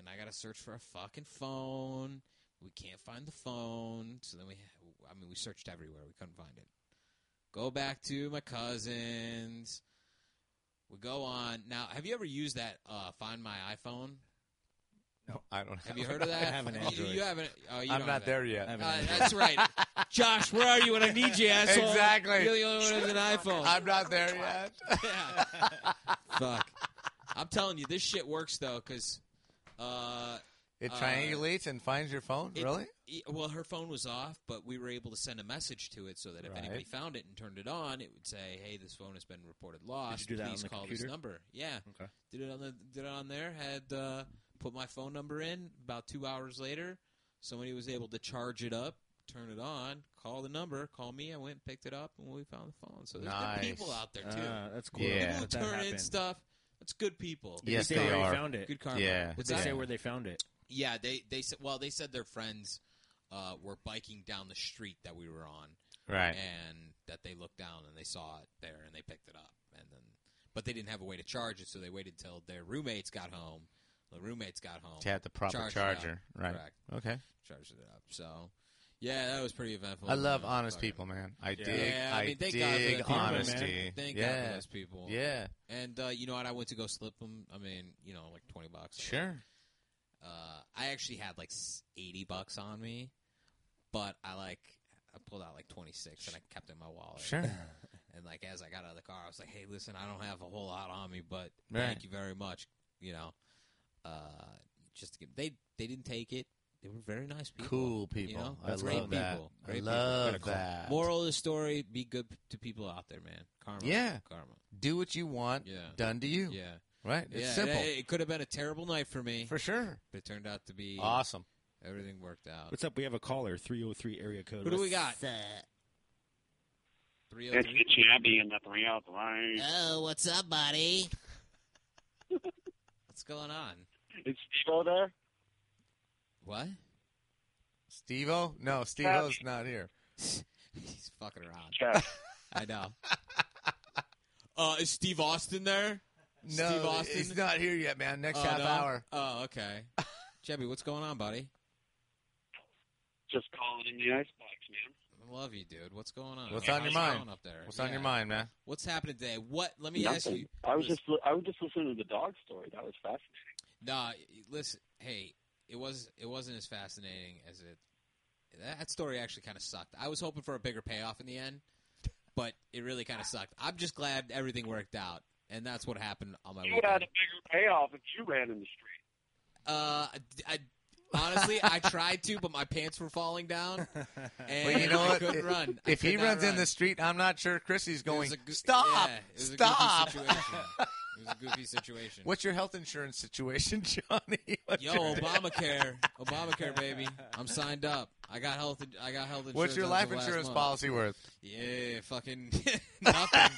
Speaker 1: and I gotta search for a fucking phone. We can't find the phone, so then we, ha- I mean, we searched everywhere. We couldn't find it. Go back to my cousins. We go on now. Have you ever used that uh, Find My iPhone?
Speaker 2: No, I don't.
Speaker 1: Have you heard of that?
Speaker 3: I have an
Speaker 1: You- You,
Speaker 3: Android.
Speaker 1: haven't. Oh, you
Speaker 2: I'm
Speaker 1: don't
Speaker 2: not
Speaker 1: have
Speaker 2: there
Speaker 3: I
Speaker 2: yet.
Speaker 3: have
Speaker 1: It.
Speaker 3: an
Speaker 1: Uh,
Speaker 3: Android.
Speaker 1: that's right. Josh, where are you when I need you, asshole?
Speaker 2: Exactly.
Speaker 1: You're the only one with an iPhone.
Speaker 2: I'm not there yet.
Speaker 1: Yeah. Fuck. I'm telling you, this shit works though, because Uh,
Speaker 2: It
Speaker 1: Uh,
Speaker 2: triangulates and finds your phone.
Speaker 1: it-
Speaker 2: really?
Speaker 1: e- well, her phone was off, but we were able to send a message to it so that if
Speaker 2: Right.
Speaker 1: anybody found it and turned it on, it would say, "Hey, this phone has been reported lost.
Speaker 3: do that on
Speaker 1: Please
Speaker 3: the
Speaker 1: call this
Speaker 3: computer?
Speaker 1: number." Yeah,
Speaker 3: Okay.
Speaker 1: did it on the did it on there. Had uh, put my phone number in. About two hours later, somebody was able to charge it up, turn it on, call the number, call me. I went and picked it up, and we found the phone. So there's
Speaker 2: Nice.
Speaker 1: good people out there too.
Speaker 3: Ah, that's cool.
Speaker 2: Yeah.
Speaker 1: people who
Speaker 3: That that
Speaker 1: turn in
Speaker 3: happened.
Speaker 1: stuff. That's good people.
Speaker 3: Did
Speaker 2: Yes,
Speaker 3: they,
Speaker 2: they
Speaker 3: say where
Speaker 2: are.
Speaker 3: They found it.
Speaker 1: Good karma.
Speaker 2: Yeah.
Speaker 3: Did
Speaker 1: What's
Speaker 3: they
Speaker 1: that?
Speaker 3: say where they found it?
Speaker 1: Yeah, they they said well, they said their friends uh, were biking down the street that we were on,
Speaker 2: Right.
Speaker 1: and that they looked down and they saw it there and they picked it up, and then but they didn't have a way to charge it, so they waited till their roommates got home. The roommates got home,
Speaker 2: To have the proper
Speaker 1: Charge it up.
Speaker 2: charger. Right.
Speaker 1: correct,
Speaker 2: Okay.
Speaker 1: charged it up. So yeah, that was pretty eventful.
Speaker 2: I love honest
Speaker 1: Fucking-
Speaker 2: people, man. I dig.
Speaker 1: Yeah, I
Speaker 2: I,
Speaker 1: mean, thank God for
Speaker 2: dig
Speaker 1: the people,
Speaker 3: man.
Speaker 2: honesty.
Speaker 1: Thank
Speaker 2: yeah.
Speaker 1: God for those people.
Speaker 2: Yeah.
Speaker 1: and uh, you know what? I went to go slip them. I mean, you know, like twenty bucks.
Speaker 2: Sure.
Speaker 1: uh, I actually had like s- eighty bucks on me, but I like I pulled out like twenty six and I kept it in my wallet.
Speaker 2: Sure.
Speaker 1: And like as I got out of the car, I was like, "Hey, listen, I don't have a whole lot on me, but
Speaker 2: Right.
Speaker 1: thank you very much." You know, uh, just to give, they they didn't take it. They were very nice people.
Speaker 2: Cool people.
Speaker 1: You know?
Speaker 2: I
Speaker 1: Great
Speaker 2: love that.
Speaker 1: people.
Speaker 2: I
Speaker 1: Great people.
Speaker 2: love
Speaker 1: Gotta call.
Speaker 2: that.
Speaker 1: Moral of the story: Be good p- to people out there, man. Karma.
Speaker 2: Yeah.
Speaker 1: Karma.
Speaker 2: Do what you want
Speaker 1: Yeah.
Speaker 2: done to you.
Speaker 1: Yeah.
Speaker 2: Right? It's
Speaker 1: yeah.
Speaker 2: simple.
Speaker 1: It, it could have been a terrible night for me,
Speaker 2: for sure.
Speaker 1: but it turned out to be
Speaker 2: Awesome.
Speaker 1: everything worked out.
Speaker 3: What's up? We have a caller, 303 area code.
Speaker 1: Uh, Who do we
Speaker 3: What's
Speaker 1: got? Three oh
Speaker 4: It's
Speaker 1: three.
Speaker 4: it's Yabby and the three out the line.
Speaker 1: Oh, what's up, buddy? what's going on?
Speaker 4: Is Steve there?
Speaker 1: What?
Speaker 2: Steve O? No, Steve O's not here.
Speaker 1: He's fucking around.
Speaker 4: Check.
Speaker 1: I know. Uh, is Steve Austin there?
Speaker 2: No,
Speaker 1: Steve Austin?
Speaker 2: he's not here yet, man. Next
Speaker 1: Oh,
Speaker 2: half
Speaker 1: no?
Speaker 2: hour.
Speaker 1: Oh, okay. Jebby, what's going on, buddy?
Speaker 4: Just calling in the icebox, man.
Speaker 1: I love you, dude. What's going on?
Speaker 2: What's on
Speaker 1: How's
Speaker 2: your
Speaker 1: it
Speaker 2: mind?
Speaker 1: going Up there?
Speaker 2: What's on
Speaker 1: Yeah.
Speaker 2: your mind, man?
Speaker 1: What's happening today? What? Let me ask
Speaker 4: Nothing.
Speaker 1: you.
Speaker 4: I was just li- I was just listening to the dog story. That was fascinating.
Speaker 1: Nah, listen. Hey, it was it wasn't as fascinating as it. That, that story actually kind of sucked. I was hoping for a bigger payoff in the end, but it really kind of sucked. I'm just glad everything worked out, and that's what happened on my
Speaker 4: You would have had
Speaker 1: weekend.
Speaker 4: a bigger payoff if you ran in the street.
Speaker 1: Uh, I, honestly, I tried to, but my pants were falling down, and
Speaker 2: Well, you know
Speaker 1: I
Speaker 2: what?
Speaker 1: couldn't run. I
Speaker 2: If he
Speaker 1: could not
Speaker 2: runs
Speaker 1: run.
Speaker 2: in the street, I'm not sure Chrissy's
Speaker 1: It was
Speaker 2: going,
Speaker 1: a goo-
Speaker 2: stop,
Speaker 1: yeah, it was
Speaker 2: stop.
Speaker 1: A goofy situation. It was a goofy situation.
Speaker 2: What's your health insurance situation, Johnny? What's
Speaker 1: Yo,
Speaker 2: your-
Speaker 1: Obamacare, Obamacare, baby. I'm signed up. I got health. in- I got health insurance.
Speaker 2: What's your
Speaker 1: as of
Speaker 2: life
Speaker 1: last
Speaker 2: insurance
Speaker 1: month.
Speaker 2: policy worth?
Speaker 1: Yeah, fucking nothing.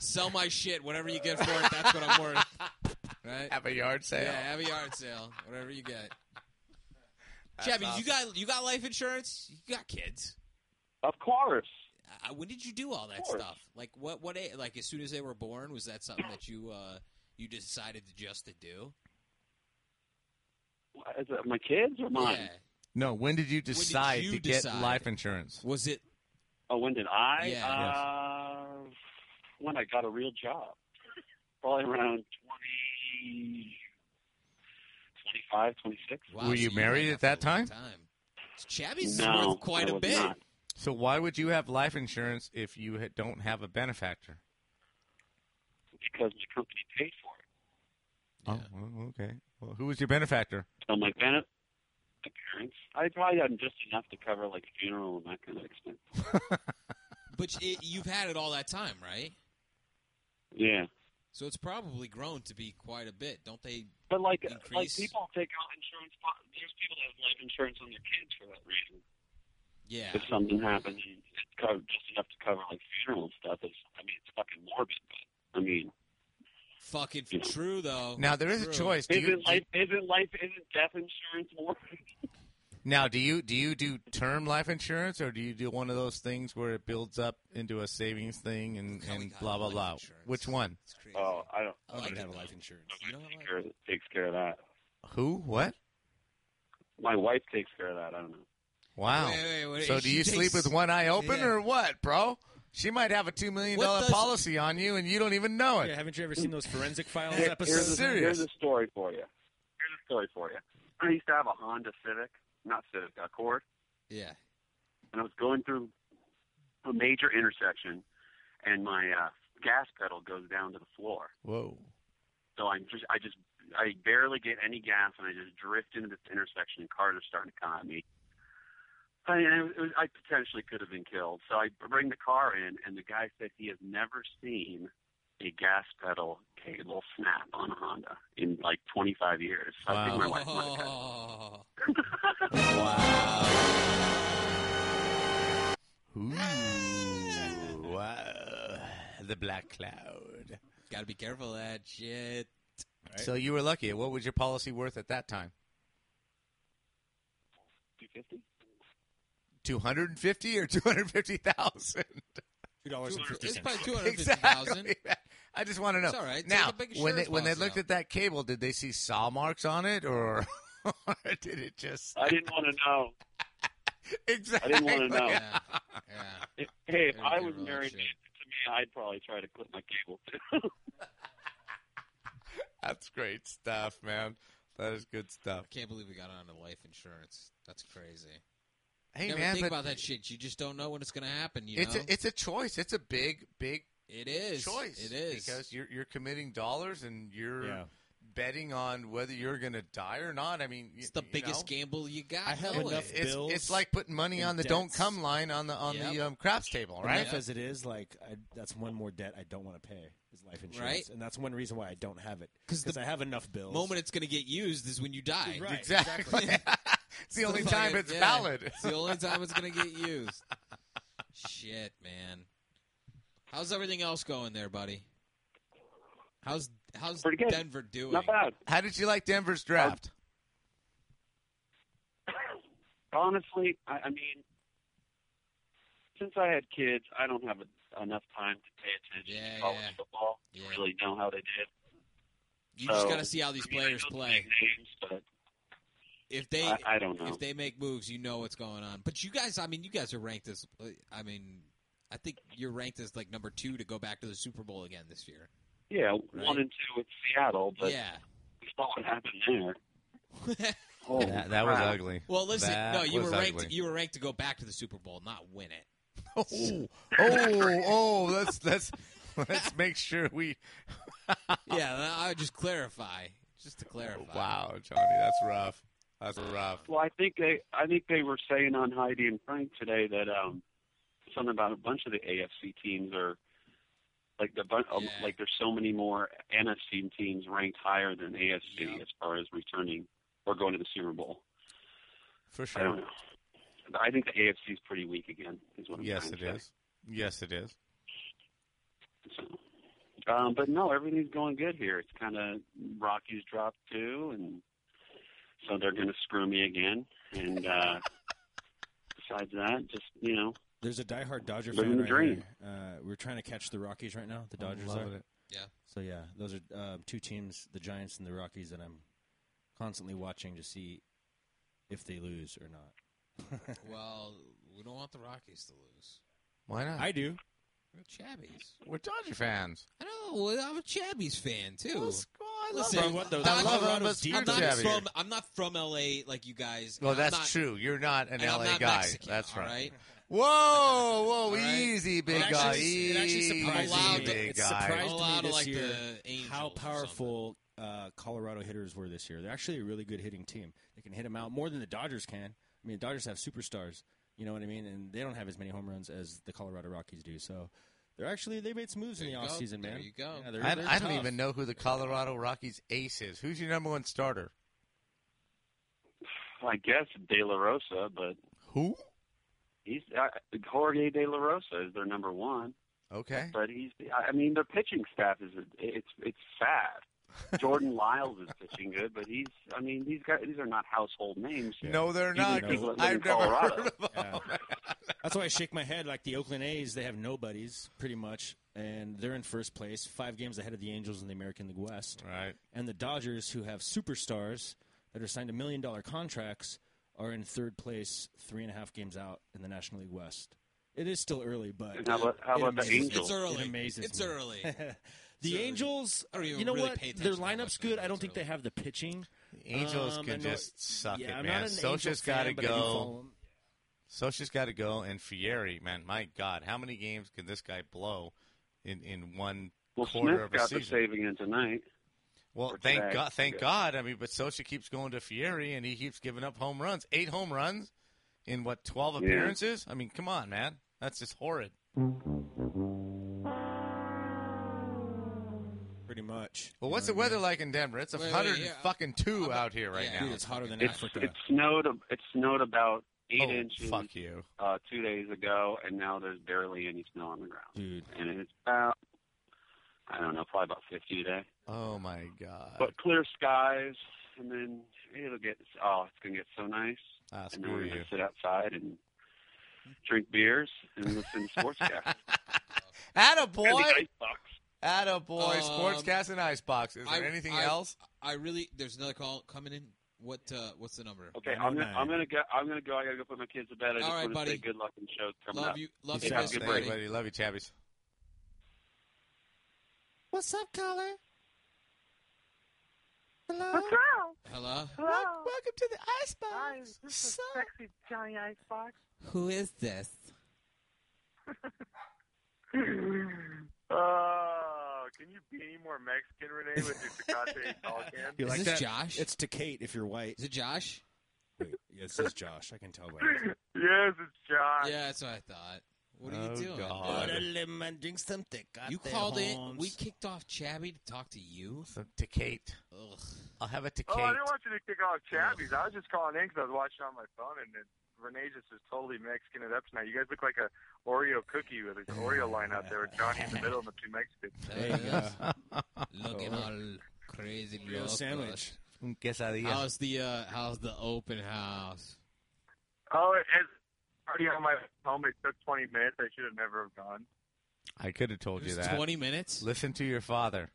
Speaker 1: Sell my shit. Whatever you get for it, that's what I'm worth. Right?
Speaker 2: Have a yard sale.
Speaker 1: Yeah, have a yard sale. Whatever you get.
Speaker 2: That's
Speaker 1: Chevy,
Speaker 2: awesome.
Speaker 1: you got you got life insurance. You got kids.
Speaker 4: Of course.
Speaker 1: Uh, when did you do all that
Speaker 4: Of course.
Speaker 1: stuff? Like what? What? a- Like as soon as they were born, was that something that you uh, you decided to just to do?
Speaker 4: Is it my kids or mine?
Speaker 1: Yeah.
Speaker 2: No, when did you
Speaker 1: did
Speaker 2: decide
Speaker 1: you
Speaker 2: to
Speaker 1: decide?
Speaker 2: get life insurance?
Speaker 1: Was it
Speaker 4: Oh, when did I?
Speaker 1: Yeah.
Speaker 4: Uh, When I got a real job. Probably around 20, 25, 26.
Speaker 1: Wow,
Speaker 2: Were you married
Speaker 1: had
Speaker 2: at
Speaker 1: that
Speaker 2: that
Speaker 1: for a long
Speaker 2: time?
Speaker 1: So Chabby's
Speaker 4: No,
Speaker 1: worth quite
Speaker 4: I
Speaker 1: a
Speaker 4: was
Speaker 1: bit.
Speaker 4: not.
Speaker 2: So why would you have life insurance if you ha- don't have a benefactor?
Speaker 4: because my company paid for it.
Speaker 1: Yeah.
Speaker 2: Oh, well, okay. Well, who was your benefactor?
Speaker 4: So my ben- my parents, I probably had just enough to cover like a funeral and that kind of expense.
Speaker 1: But it, you've had it all that time, right?
Speaker 4: Yeah,
Speaker 1: So it's probably grown to be quite a bit, don't they?
Speaker 4: but like like
Speaker 1: Increase.
Speaker 4: people take out insurance. po- There's people that have life insurance on their kids for that reason.
Speaker 1: Yeah.
Speaker 4: If something happened, and it's covered just enough to cover like funeral and stuff. It's, I mean, it's fucking morbid, but I mean,
Speaker 1: Fucking true though.
Speaker 2: Now there is a
Speaker 1: True.
Speaker 2: choice. Do you,
Speaker 4: isn't life isn't life isn't death insurance morbid?
Speaker 2: now, do you do you do term life insurance, or do you do one of those things where it builds up into a savings thing and,
Speaker 1: Look how we
Speaker 2: and
Speaker 1: got
Speaker 2: blah blah
Speaker 1: life
Speaker 2: blah?
Speaker 1: insurance.
Speaker 2: Which one?
Speaker 1: It's crazy.
Speaker 4: Oh, I don't.
Speaker 1: I
Speaker 3: I
Speaker 1: like
Speaker 3: don't
Speaker 1: it,
Speaker 3: have
Speaker 1: though.
Speaker 3: life insurance.
Speaker 1: You know, I
Speaker 4: Takes
Speaker 1: like-
Speaker 4: care, of, takes care of that.
Speaker 2: Who? What?
Speaker 4: My wife takes care of that. I don't know.
Speaker 2: Wow.
Speaker 1: Wait, wait, wait.
Speaker 2: So do
Speaker 1: She
Speaker 2: you sleep
Speaker 1: takes-
Speaker 2: with one eye open
Speaker 1: Yeah.
Speaker 2: or what, bro? She might have a two million
Speaker 1: What
Speaker 2: dollar
Speaker 1: does-
Speaker 2: policy on you, and you don't even know it.
Speaker 3: Yeah, haven't you ever seen those forensic files
Speaker 2: Here-
Speaker 3: episodes?
Speaker 2: here's the- Serious?
Speaker 4: Here's a story for you. Here's a story for you. I used to have a Honda Civic, not Civic, Accord,
Speaker 1: Yeah.
Speaker 4: and I was going through a major intersection, and my uh, gas pedal goes down to the floor.
Speaker 2: Whoa.
Speaker 4: So I just I just I barely get any gas, and I just drift into this intersection, and cars are starting to come at me. I, mean, it was, I potentially could have been killed. So I bring the car in, and the guy said he has never seen a gas pedal cable snap on a Honda in like 25 years. So I think my wife might have had it.
Speaker 1: Oh.
Speaker 2: Ooh,
Speaker 1: Ah.
Speaker 2: wow. The black cloud.
Speaker 1: Gotta be careful of that shit.
Speaker 2: So you were lucky. What was your policy worth at that time?
Speaker 4: 250?
Speaker 2: Two hundred and fifty or two hundred fifty thousand?
Speaker 3: Two dollars and fifty
Speaker 1: It's
Speaker 3: cents.
Speaker 1: probably two hundred fifty thousand.
Speaker 2: Exactly. I just want to know.
Speaker 1: It's all right. Take
Speaker 2: Now,
Speaker 1: a big
Speaker 2: when they
Speaker 1: insurance
Speaker 2: when they
Speaker 1: policy
Speaker 2: looked
Speaker 1: out.
Speaker 2: at that cable, did they see saw marks on it, or, or did it just
Speaker 4: I didn't want to know. I
Speaker 2: exactly?
Speaker 4: didn't want to know.
Speaker 1: Yeah. yeah.
Speaker 4: If- hey,
Speaker 1: Very
Speaker 4: if I
Speaker 1: good
Speaker 4: was
Speaker 1: relax,
Speaker 4: married
Speaker 1: yeah.
Speaker 4: to me, I'd probably try to clip my cable too.
Speaker 2: That's great stuff, man. That is good stuff.
Speaker 1: I can't believe we got onto life insurance. That's crazy.
Speaker 2: Hey,
Speaker 1: Never
Speaker 2: man,
Speaker 1: think
Speaker 2: but
Speaker 1: about that shit. You just don't know when it's gonna happen. You
Speaker 2: it's
Speaker 1: know,
Speaker 2: a, it's a choice. It's a big, big
Speaker 1: it is
Speaker 2: choice.
Speaker 1: It is
Speaker 2: because you're you're committing dollars and you're
Speaker 3: Yeah.
Speaker 2: betting on whether you're going to die or not. I mean, y-
Speaker 1: it's the
Speaker 2: you
Speaker 1: biggest
Speaker 2: know,
Speaker 1: gamble you got.
Speaker 3: I have
Speaker 1: going.
Speaker 3: enough-
Speaker 2: It's,
Speaker 3: bills
Speaker 2: it's like putting money
Speaker 3: and
Speaker 2: on the don't
Speaker 3: debts.
Speaker 2: come line on the on the
Speaker 1: Yep.
Speaker 2: um, craps table,
Speaker 3: Right?
Speaker 2: right?
Speaker 3: Enough as it is, like I, that's one more debt I don't want to pay is life insurance,
Speaker 1: Right.
Speaker 3: and that's one reason why I don't have it
Speaker 1: 'Cause
Speaker 3: because
Speaker 1: the
Speaker 3: I have enough bills.
Speaker 1: moment it's gonna get used is when you die.
Speaker 3: Right,
Speaker 2: exactly. it's the only time
Speaker 1: Fucking-
Speaker 2: it's
Speaker 1: yeah.
Speaker 2: valid.
Speaker 1: It's the only time it's gonna get used. Shit, man. How's everything else going there, buddy? How's how's
Speaker 4: Pretty good.
Speaker 1: Denver doing?
Speaker 4: Not bad.
Speaker 2: How did you like Denver's draft?
Speaker 4: Honestly, I, I mean, since I had kids, I don't have a, enough time to pay attention
Speaker 1: Yeah,
Speaker 4: to college
Speaker 1: yeah.
Speaker 4: football to
Speaker 1: Yeah.
Speaker 4: really know how they did.
Speaker 1: You just
Speaker 4: So,
Speaker 1: gotta see how these
Speaker 4: I mean, I
Speaker 1: players
Speaker 4: know the
Speaker 1: play.
Speaker 4: big names, but
Speaker 1: If they
Speaker 4: I, I don't know.
Speaker 1: if they make moves, you know what's going on. But you guys, I mean, you guys are ranked as, I mean, I think you're ranked as like number two to go back to the Super Bowl again this year.
Speaker 4: yeah,
Speaker 1: Right.
Speaker 4: one and two with Seattle, but
Speaker 1: yeah.
Speaker 4: we saw what happened there. Oh, crap.
Speaker 2: ugly.
Speaker 1: Well, listen,
Speaker 2: That
Speaker 1: no, you were
Speaker 2: was
Speaker 1: ranked.
Speaker 2: ugly.
Speaker 1: You were ranked to go back to the Super Bowl, not win it.
Speaker 2: Oh, oh, oh, let's let's let's make sure we.
Speaker 1: yeah, I would just clarify, just to clarify.
Speaker 2: Wow, Johnny, that's rough. That's rough.
Speaker 4: Well, I think they I think they were saying on Heidi and Frank today that um something about a bunch of the AFC teams are like the bun- um,
Speaker 1: Yeah.
Speaker 4: like there's so many more NFC teams ranked higher than AFC
Speaker 1: Yeah.
Speaker 4: as far as returning or going to the Super Bowl.
Speaker 2: For
Speaker 4: I don't know. I think the AFC is pretty weak again. Is what I'm
Speaker 2: Yes,
Speaker 4: trying
Speaker 2: it
Speaker 4: to
Speaker 2: is. Yes, it is.
Speaker 4: say. So, um, but no, everything's going good here. It's kind of Rockies dropped two, and so they're going to screw me again. And uh, besides that, just you know,
Speaker 3: There's a diehard Dodger
Speaker 4: Living
Speaker 3: fan
Speaker 4: the
Speaker 3: right
Speaker 4: dream.
Speaker 3: here. Uh, we're trying to catch the Rockies right now. The Dodgers
Speaker 2: Loving
Speaker 3: are.
Speaker 2: it.
Speaker 3: So yeah, those are um, two teams, the Giants and the Rockies, that I'm constantly watching to see if they lose or not.
Speaker 1: Well, we don't want the Rockies to lose.
Speaker 2: Why not?
Speaker 3: do.
Speaker 1: We're Chabbies.
Speaker 2: We're Dodger fans.
Speaker 1: I know. well, I'm a Chabbies fan too. Listen,
Speaker 3: From what those
Speaker 1: I love
Speaker 3: Colorado's
Speaker 2: them,
Speaker 1: I'm
Speaker 2: but
Speaker 3: deer
Speaker 1: not
Speaker 2: Chabby.
Speaker 3: do.
Speaker 1: from. I'm not from LA like you guys.
Speaker 2: Well,
Speaker 1: and I'm
Speaker 2: that's
Speaker 1: not-
Speaker 2: true. You're not an
Speaker 1: and I'm
Speaker 2: LA
Speaker 1: not
Speaker 2: guy.
Speaker 1: Mexican,
Speaker 2: that's
Speaker 1: all
Speaker 2: right.
Speaker 1: right.
Speaker 2: Whoa, whoa,
Speaker 1: All right.
Speaker 2: easy, big
Speaker 3: It actually-
Speaker 2: guy.
Speaker 3: it actually surprised
Speaker 2: easy,
Speaker 1: me.
Speaker 2: big
Speaker 3: It
Speaker 2: guy.
Speaker 3: surprised-
Speaker 1: I'm
Speaker 3: to me
Speaker 1: allowed to
Speaker 3: this
Speaker 1: like
Speaker 3: year
Speaker 1: the Angels
Speaker 3: How
Speaker 1: or something.
Speaker 3: powerful uh, Colorado hitters were this year. They're actually a really good hitting team. They can hit them out more than the Dodgers can. I mean, the Dodgers have superstars. You know what I mean? And they don't have as many home runs as the Colorado Rockies do. So they're actually they made some moves
Speaker 1: There
Speaker 3: in the
Speaker 1: you go.
Speaker 3: offseason,
Speaker 1: There
Speaker 3: man.
Speaker 1: you go.
Speaker 3: Yeah, they're-
Speaker 2: I,
Speaker 3: they're
Speaker 2: I don't
Speaker 3: tough.
Speaker 2: even know who the Colorado Rockies ace is. Who's your number one starter?
Speaker 4: I guess De La Rosa, but
Speaker 2: Who?
Speaker 4: he's uh, Jorge De La Rosa is their number one.
Speaker 2: Okay.
Speaker 4: But he's, I mean, their pitching staff is it's it's sad. Jordan Lyles is pitching good, but he's, I mean, these guys these are not household names.
Speaker 2: No, they're
Speaker 4: Even
Speaker 2: not.
Speaker 4: if you live in
Speaker 2: I've never
Speaker 4: Colorado.
Speaker 2: heard of them.
Speaker 3: Yeah. Uh, That's why I shake my head. Like the Oakland A's, they have nobodies pretty much, and they're in first place, five games ahead of the Angels in the American League West.
Speaker 2: Right.
Speaker 3: And the Dodgers, who have superstars that are signed to million dollar contracts, are in third place, three and a half games out in the National League West. It is still early, but
Speaker 4: And how about- how
Speaker 3: it
Speaker 4: about the
Speaker 3: amazes-
Speaker 4: Angels?
Speaker 1: It's early.
Speaker 3: It amazes
Speaker 1: It's
Speaker 3: me.
Speaker 1: early.
Speaker 3: the
Speaker 1: early.
Speaker 3: Angels,
Speaker 1: I don't even
Speaker 3: you know
Speaker 1: really
Speaker 3: what?
Speaker 1: pay
Speaker 3: Their
Speaker 1: attention to
Speaker 3: lineup's
Speaker 1: much when
Speaker 3: good.
Speaker 1: it
Speaker 3: I don't
Speaker 1: goes
Speaker 3: think
Speaker 1: early.
Speaker 3: they have the pitching.
Speaker 2: Angels
Speaker 3: Um, I
Speaker 2: can
Speaker 3: know-
Speaker 2: just suck
Speaker 3: yeah,
Speaker 2: it,
Speaker 3: I'm
Speaker 2: man.
Speaker 3: not an Angels
Speaker 2: Socha's
Speaker 3: fan,
Speaker 2: got to
Speaker 3: but I do
Speaker 2: go.
Speaker 3: follow 'em.
Speaker 2: Socha's got to go. And Fieri, man, my God, how many games can this guy blow in in one
Speaker 4: Well,
Speaker 2: quarter
Speaker 4: Smith
Speaker 2: of a
Speaker 4: got the
Speaker 2: season?
Speaker 4: save again tonight.
Speaker 2: Well,
Speaker 4: for
Speaker 2: thank
Speaker 4: today.
Speaker 2: God. Thank God. I mean, but Sosa keeps going to Fieri, and he keeps giving up home runs. Eight home runs in what twelve
Speaker 4: Yeah.
Speaker 2: appearances? I mean, come on, man. That's just horrid.
Speaker 3: Pretty much.
Speaker 2: Well, what's
Speaker 3: You
Speaker 2: the
Speaker 3: know what I
Speaker 2: weather
Speaker 3: mean?
Speaker 2: like in Denver? It's a
Speaker 1: Wait, wait,
Speaker 2: hundred
Speaker 1: yeah.
Speaker 2: fucking two
Speaker 1: I'm-
Speaker 2: out here right
Speaker 1: yeah,
Speaker 2: now.
Speaker 3: Dude, it's hotter than
Speaker 4: It's,
Speaker 3: Africa.
Speaker 4: it snowed. a- It snowed about eight
Speaker 2: oh,
Speaker 4: inches
Speaker 2: fuck you.
Speaker 4: uh, two days ago, and now there's barely any snow on the ground.
Speaker 3: Dude,
Speaker 4: And it's about, I don't know, probably about 50 today.
Speaker 2: Oh my god.
Speaker 1: Uh,
Speaker 4: But clear skies, and then it'll get, oh, it's going to get so nice.
Speaker 2: ah,
Speaker 4: and then we're
Speaker 2: screw
Speaker 4: going
Speaker 2: you.
Speaker 4: to sit outside and drink beers and listen to sportscast.
Speaker 2: Atta
Speaker 4: And
Speaker 2: boy.
Speaker 4: the icebox.
Speaker 2: Atta boy.
Speaker 1: Um,
Speaker 2: Sportscast and icebox. Is there
Speaker 1: I-
Speaker 2: anything
Speaker 1: I-
Speaker 2: else?
Speaker 1: I really there's another call coming in. What uh, what's the number?
Speaker 4: Okay, I'm gonna,
Speaker 3: 109.
Speaker 4: I'm gonna go. I'm gonna go. I gotta go put my kids to bed. I just
Speaker 1: All right,
Speaker 4: want to
Speaker 1: buddy.
Speaker 4: say good luck and shows coming
Speaker 1: Love
Speaker 4: up.
Speaker 1: you, love
Speaker 4: Yeah,
Speaker 1: you,
Speaker 4: have a
Speaker 1: Mr.
Speaker 4: good
Speaker 2: Hey,
Speaker 4: break.
Speaker 1: Brady.
Speaker 2: buddy. Love you, Chabbies.
Speaker 3: what's up, caller?
Speaker 2: Hello.
Speaker 5: What's up?
Speaker 1: Hello.
Speaker 5: Hello.
Speaker 2: Welcome to the icebox.
Speaker 5: Oh. Hi, is this a sexy Johnny Icebox?
Speaker 1: Who is this?
Speaker 6: Oh, Uh, can you be any more Mexican, Renee, with your Tecate tall can?
Speaker 3: You
Speaker 1: Is
Speaker 3: like
Speaker 1: this
Speaker 3: that?
Speaker 1: Josh?
Speaker 3: It's to Kate if you're white.
Speaker 1: Is it Josh?
Speaker 3: Wait, yeah, this is Josh. I can tell by it.
Speaker 6: Yes, it's Josh.
Speaker 1: Yeah, that's what I thought. What are
Speaker 2: Oh,
Speaker 1: you doing?
Speaker 2: God. Orale,
Speaker 3: man, drink something.
Speaker 1: You called in. We kicked off Chabby to talk to you.
Speaker 2: Some to Kate.
Speaker 1: Ugh.
Speaker 2: I'll have it to
Speaker 6: Oh,
Speaker 2: Kate.
Speaker 6: I didn't want you to kick off Chabby's. I was just calling in because I was watching on my phone, and then Renee just is totally Mexican it up tonight. You guys look like a Oreo cookie with an Oreo line out there with Johnny in the middle and the two Mexicans.
Speaker 3: There you go.
Speaker 1: Looking all crazy.
Speaker 3: Oreo
Speaker 1: locos.
Speaker 3: sandwich.
Speaker 2: Un quesadilla.
Speaker 1: How's the uh, how's the open house?
Speaker 6: Oh, it's already on my home. It took 20 minutes. I should have never have gone.
Speaker 2: I could have told
Speaker 1: It
Speaker 2: you
Speaker 1: was
Speaker 2: that.
Speaker 1: Twenty minutes.
Speaker 2: Listen to your father.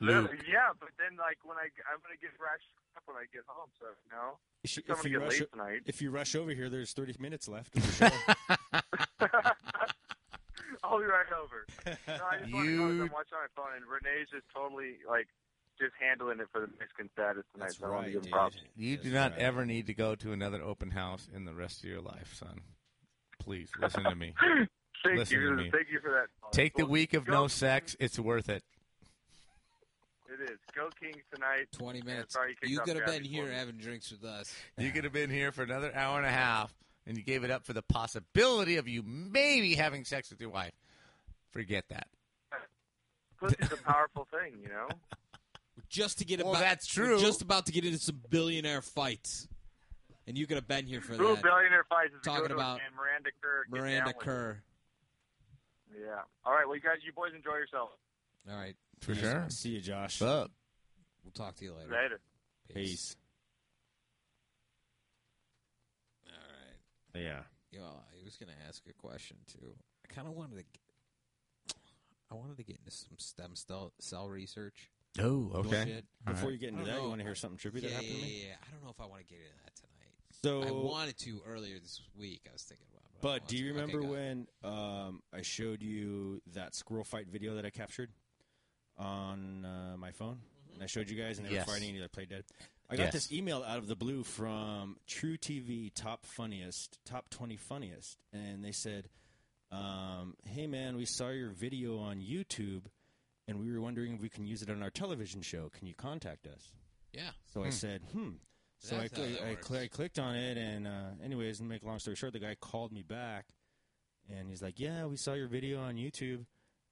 Speaker 6: Literally, Yeah, but then like when I I'm gonna get rashed up when I get home, so no,
Speaker 3: If you,
Speaker 6: I'm gonna
Speaker 3: if you
Speaker 6: get
Speaker 3: rush,
Speaker 6: late tonight.
Speaker 3: if you rush over here, there's 30 minutes left. Of the show.
Speaker 6: I'll be right over. No, I just want to
Speaker 2: You-
Speaker 6: know as I'm watching on my phone, and Renee's just totally like just handling it for the Mexican status tonight.
Speaker 3: That's
Speaker 6: so I want to
Speaker 3: right,
Speaker 6: give him
Speaker 3: dude.
Speaker 6: props.
Speaker 2: You
Speaker 3: That's
Speaker 2: do not
Speaker 3: right.
Speaker 2: ever need to go to another open house in the rest of your life, son. Please listen to me.
Speaker 6: Thank
Speaker 2: Listen to
Speaker 6: you,
Speaker 2: me.
Speaker 6: thank you for that.
Speaker 2: Take the
Speaker 6: Well,
Speaker 2: week of
Speaker 6: go
Speaker 2: no
Speaker 6: Kings.
Speaker 2: sex. It's worth it.
Speaker 6: It is go Kings tonight.
Speaker 1: Twenty
Speaker 6: Yeah,
Speaker 1: minutes.
Speaker 6: sorry, you kicked
Speaker 1: you
Speaker 6: off
Speaker 1: could have
Speaker 6: Gabby
Speaker 1: been
Speaker 6: for
Speaker 1: here
Speaker 6: me.
Speaker 1: having drinks with us.
Speaker 2: You could have been here for another hour and a half, and you gave it up for the possibility of you maybe having sex with your wife. Forget that.
Speaker 6: Pussy's a powerful thing, you know.
Speaker 1: Just to get
Speaker 2: Well,
Speaker 1: about.
Speaker 2: that's
Speaker 1: we're
Speaker 2: true.
Speaker 1: Just about to get into some billionaire fights, and you could have been here for
Speaker 6: Little
Speaker 1: that.
Speaker 6: billionaire fights is
Speaker 1: Talking
Speaker 6: go to
Speaker 1: about
Speaker 6: and Miranda Kerr. get
Speaker 1: Miranda
Speaker 6: down with it.
Speaker 1: Kerr.
Speaker 6: Yeah. All right. Well, you guys, you boys enjoy yourself.
Speaker 1: All right,
Speaker 2: For sure.
Speaker 3: See you, Josh.
Speaker 2: Fuck.
Speaker 1: we'll talk to you later.
Speaker 6: Later.
Speaker 3: Peace.
Speaker 1: All right.
Speaker 3: Yeah.
Speaker 1: Yeah, I was going to ask a question too. I kind of wanted to. Get, I wanted to get into some stem cell cell research.
Speaker 2: Oh, okay.
Speaker 1: Bullshit.
Speaker 3: Before you get into
Speaker 1: I don't
Speaker 3: that,
Speaker 1: know.
Speaker 3: you want to hear something trippy
Speaker 1: Yeah,
Speaker 3: that
Speaker 1: yeah,
Speaker 3: happened to me?
Speaker 1: yeah, yeah. I don't know if I want to get into that tonight.
Speaker 3: So,
Speaker 1: I wanted to earlier this week. I was thinking about. it, I
Speaker 3: but
Speaker 1: don't
Speaker 3: do you
Speaker 1: want to. Okay,
Speaker 3: remember
Speaker 1: got it.
Speaker 3: when um, I showed you that squirrel fight video that I captured on uh, my phone?
Speaker 1: Mm-hmm.
Speaker 3: And I showed you guys, and they
Speaker 2: Yes.
Speaker 3: were fighting, and they played dead. I got
Speaker 2: Yes.
Speaker 3: this email out of the blue from True TV Top Funniest, Top 20 Funniest, and they said, um, "Hey man, we saw your video on YouTube, and we were wondering if we can use it on our television show. Can you contact us?"
Speaker 1: Yeah.
Speaker 3: So I said, "Hmm." So I,
Speaker 1: That's how
Speaker 3: cli-
Speaker 1: that
Speaker 3: I,
Speaker 1: works.
Speaker 3: cli- I clicked on it, and uh, anyways, to make a long story short, the guy called me back, and he's like, "Yeah, we saw your video on YouTube."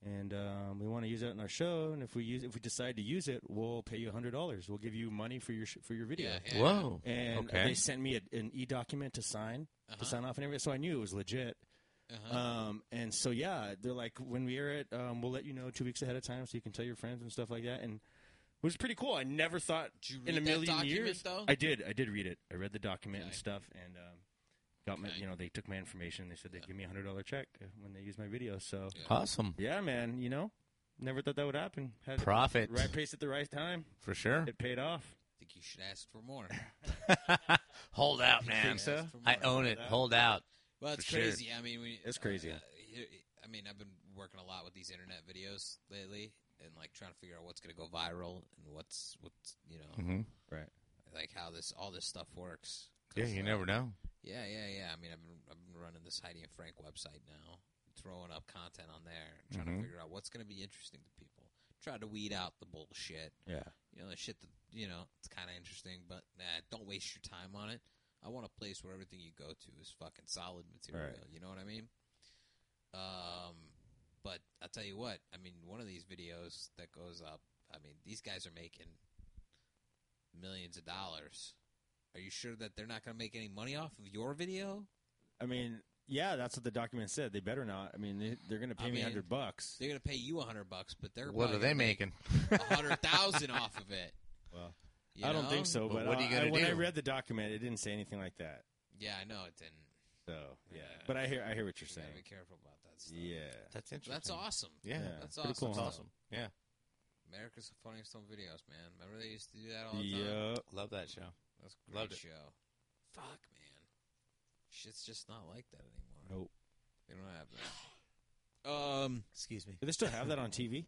Speaker 3: And um, we want to use it on our show, and if we use, if we decide to use it, we'll pay you hundred dollars. We'll give you money for your sh- for your video.
Speaker 1: Yeah, yeah.
Speaker 2: Whoa.
Speaker 3: And
Speaker 2: okay.
Speaker 3: they sent me a, an e document to sign,
Speaker 1: Uh-huh.
Speaker 3: to sign off and everything. So I knew it was legit.
Speaker 1: Uh-huh.
Speaker 3: Um, and so yeah, they're like, when we air it, um, we'll let you know two weeks ahead of time so you can tell your friends and stuff like that. And it was pretty cool. I never thought
Speaker 1: Did you read
Speaker 3: in a
Speaker 1: that
Speaker 3: million
Speaker 1: document,
Speaker 3: years.
Speaker 1: though?
Speaker 3: I did. I did read it. I read the document and
Speaker 1: Okay.
Speaker 3: stuff, and um, got my.
Speaker 1: Okay.
Speaker 3: You know, they took my information. They said they'd give me a hundred dollar check uh, when they use my video. So
Speaker 1: Yeah.
Speaker 2: Awesome.
Speaker 3: yeah, man. You know, never thought that would happen. Had the
Speaker 2: Profit.
Speaker 3: right place at the right time.
Speaker 2: For sure.
Speaker 3: It paid off.
Speaker 1: think you should ask for more.
Speaker 2: Hold out,
Speaker 3: think
Speaker 2: man.
Speaker 3: so?
Speaker 2: I own it. Hold out.
Speaker 1: Well, it's
Speaker 2: For sure.
Speaker 1: crazy. I mean, we,
Speaker 3: It's crazy.
Speaker 1: uh, here- I mean, I've been working a lot with these internet videos lately, and like trying to figure out what's going to go viral and what's what's you know
Speaker 2: hmm
Speaker 3: Right.
Speaker 1: like how this all this stuff works. 'Cause,
Speaker 2: Yeah, you
Speaker 1: uh,
Speaker 2: never know.
Speaker 1: Yeah, yeah, yeah. I mean, I've been I've been running this Heidi and Frank website now, throwing up content on there, trying to
Speaker 2: Mhm.
Speaker 1: figure out what's going to be interesting to people, Try to weed out the bullshit.
Speaker 3: Yeah.
Speaker 1: You know, the shit that, you know, it's kind of interesting, but nah, don't waste your time on it. I want a place where everything you go to is fucking solid material. You know what I mean? Um, but I'll tell you what, I mean, one of these videos that goes up, I mean, these guys are making millions of dollars. Are you sure that they're not going to make any money off of your video?
Speaker 3: I mean, yeah, that's what the document said. They better not. I mean, they, they're going to pay
Speaker 1: I
Speaker 3: me
Speaker 1: mean,
Speaker 3: hundred bucks.
Speaker 1: They're going to pay you a hundred bucks, but they're
Speaker 2: What
Speaker 1: probably gonna
Speaker 2: are they
Speaker 1: make
Speaker 2: making?
Speaker 1: a hundred thousand off of it.
Speaker 3: Well,
Speaker 1: You
Speaker 3: I don't
Speaker 1: know?
Speaker 3: think so.
Speaker 2: But
Speaker 3: But,
Speaker 2: what are you
Speaker 3: I-
Speaker 2: gonna
Speaker 3: When I
Speaker 2: do?
Speaker 3: read the document, it didn't say anything like that.
Speaker 1: Yeah, I know it didn't.
Speaker 3: So yeah,
Speaker 1: Yeah.
Speaker 3: but I hear I hear what you're
Speaker 1: You
Speaker 3: saying.
Speaker 1: gotta be careful about that stuff.
Speaker 3: Yeah,
Speaker 2: That's interesting.
Speaker 1: that's awesome.
Speaker 2: Yeah,
Speaker 3: Yeah.
Speaker 1: that's
Speaker 2: pretty
Speaker 1: awesome.
Speaker 2: cool.
Speaker 1: stuff.
Speaker 2: awesome. Yeah,
Speaker 1: America's funniest home videos, man. Remember they used to do that all the time.
Speaker 3: yeah.
Speaker 2: love that show.
Speaker 1: That's a great
Speaker 2: Loved it.
Speaker 1: show. Fuck, man. Shit's just not like that anymore.
Speaker 3: Nope.
Speaker 1: They don't have that. Um.
Speaker 2: Excuse me.
Speaker 3: Do they still have that on TV?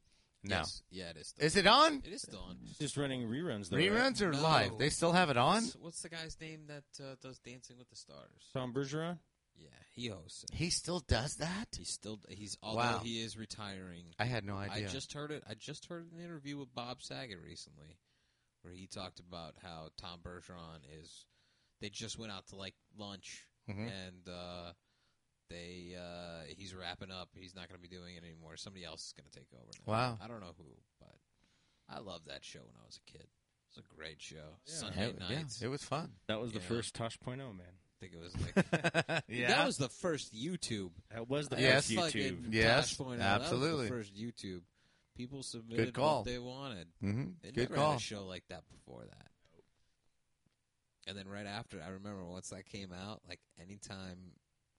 Speaker 2: No,
Speaker 1: yes. Yeah, it is. Still
Speaker 2: is it on
Speaker 1: It is still on.
Speaker 3: It's just running reruns though. right?
Speaker 2: reruns or
Speaker 1: No.
Speaker 2: live? They still have it on.
Speaker 1: What's, what's the guy's name that uh, does Dancing with the Stars?
Speaker 3: Tom Bergeron.
Speaker 1: Yeah, he hosts it.
Speaker 2: He still does that.
Speaker 1: He's still. He's although
Speaker 2: Wow.
Speaker 1: he is retiring.
Speaker 2: I had no idea.
Speaker 1: I just heard it. I just heard an interview with Bob Saget recently, where he talked about how Tom Bergeron is. They just went out to like lunch,
Speaker 2: Mhm.
Speaker 1: and uh, they uh, he's wrapping up. He's not going to be doing it anymore. Somebody else is going to take over. Now.
Speaker 2: Wow.
Speaker 1: I don't know who, but I loved that show when I was a kid. It was a great show.
Speaker 3: Yeah.
Speaker 1: Sunday
Speaker 2: Yeah,
Speaker 1: nights.
Speaker 2: it was fun.
Speaker 3: That was
Speaker 1: Yeah.
Speaker 3: the first Tosh Point oh, man.
Speaker 1: I think it was like that was the first YouTube.
Speaker 3: That was the
Speaker 2: Yes.
Speaker 3: first
Speaker 1: Fucking
Speaker 3: YouTube.
Speaker 2: Yes,
Speaker 1: Tosh Point out. That was the
Speaker 2: absolutely.
Speaker 1: first YouTube. People submitted
Speaker 2: call.
Speaker 1: what they wanted. They
Speaker 2: mm-hmm. Good
Speaker 1: never had
Speaker 2: call.
Speaker 1: a show like that before that. And then right after, I remember once that came out, like anytime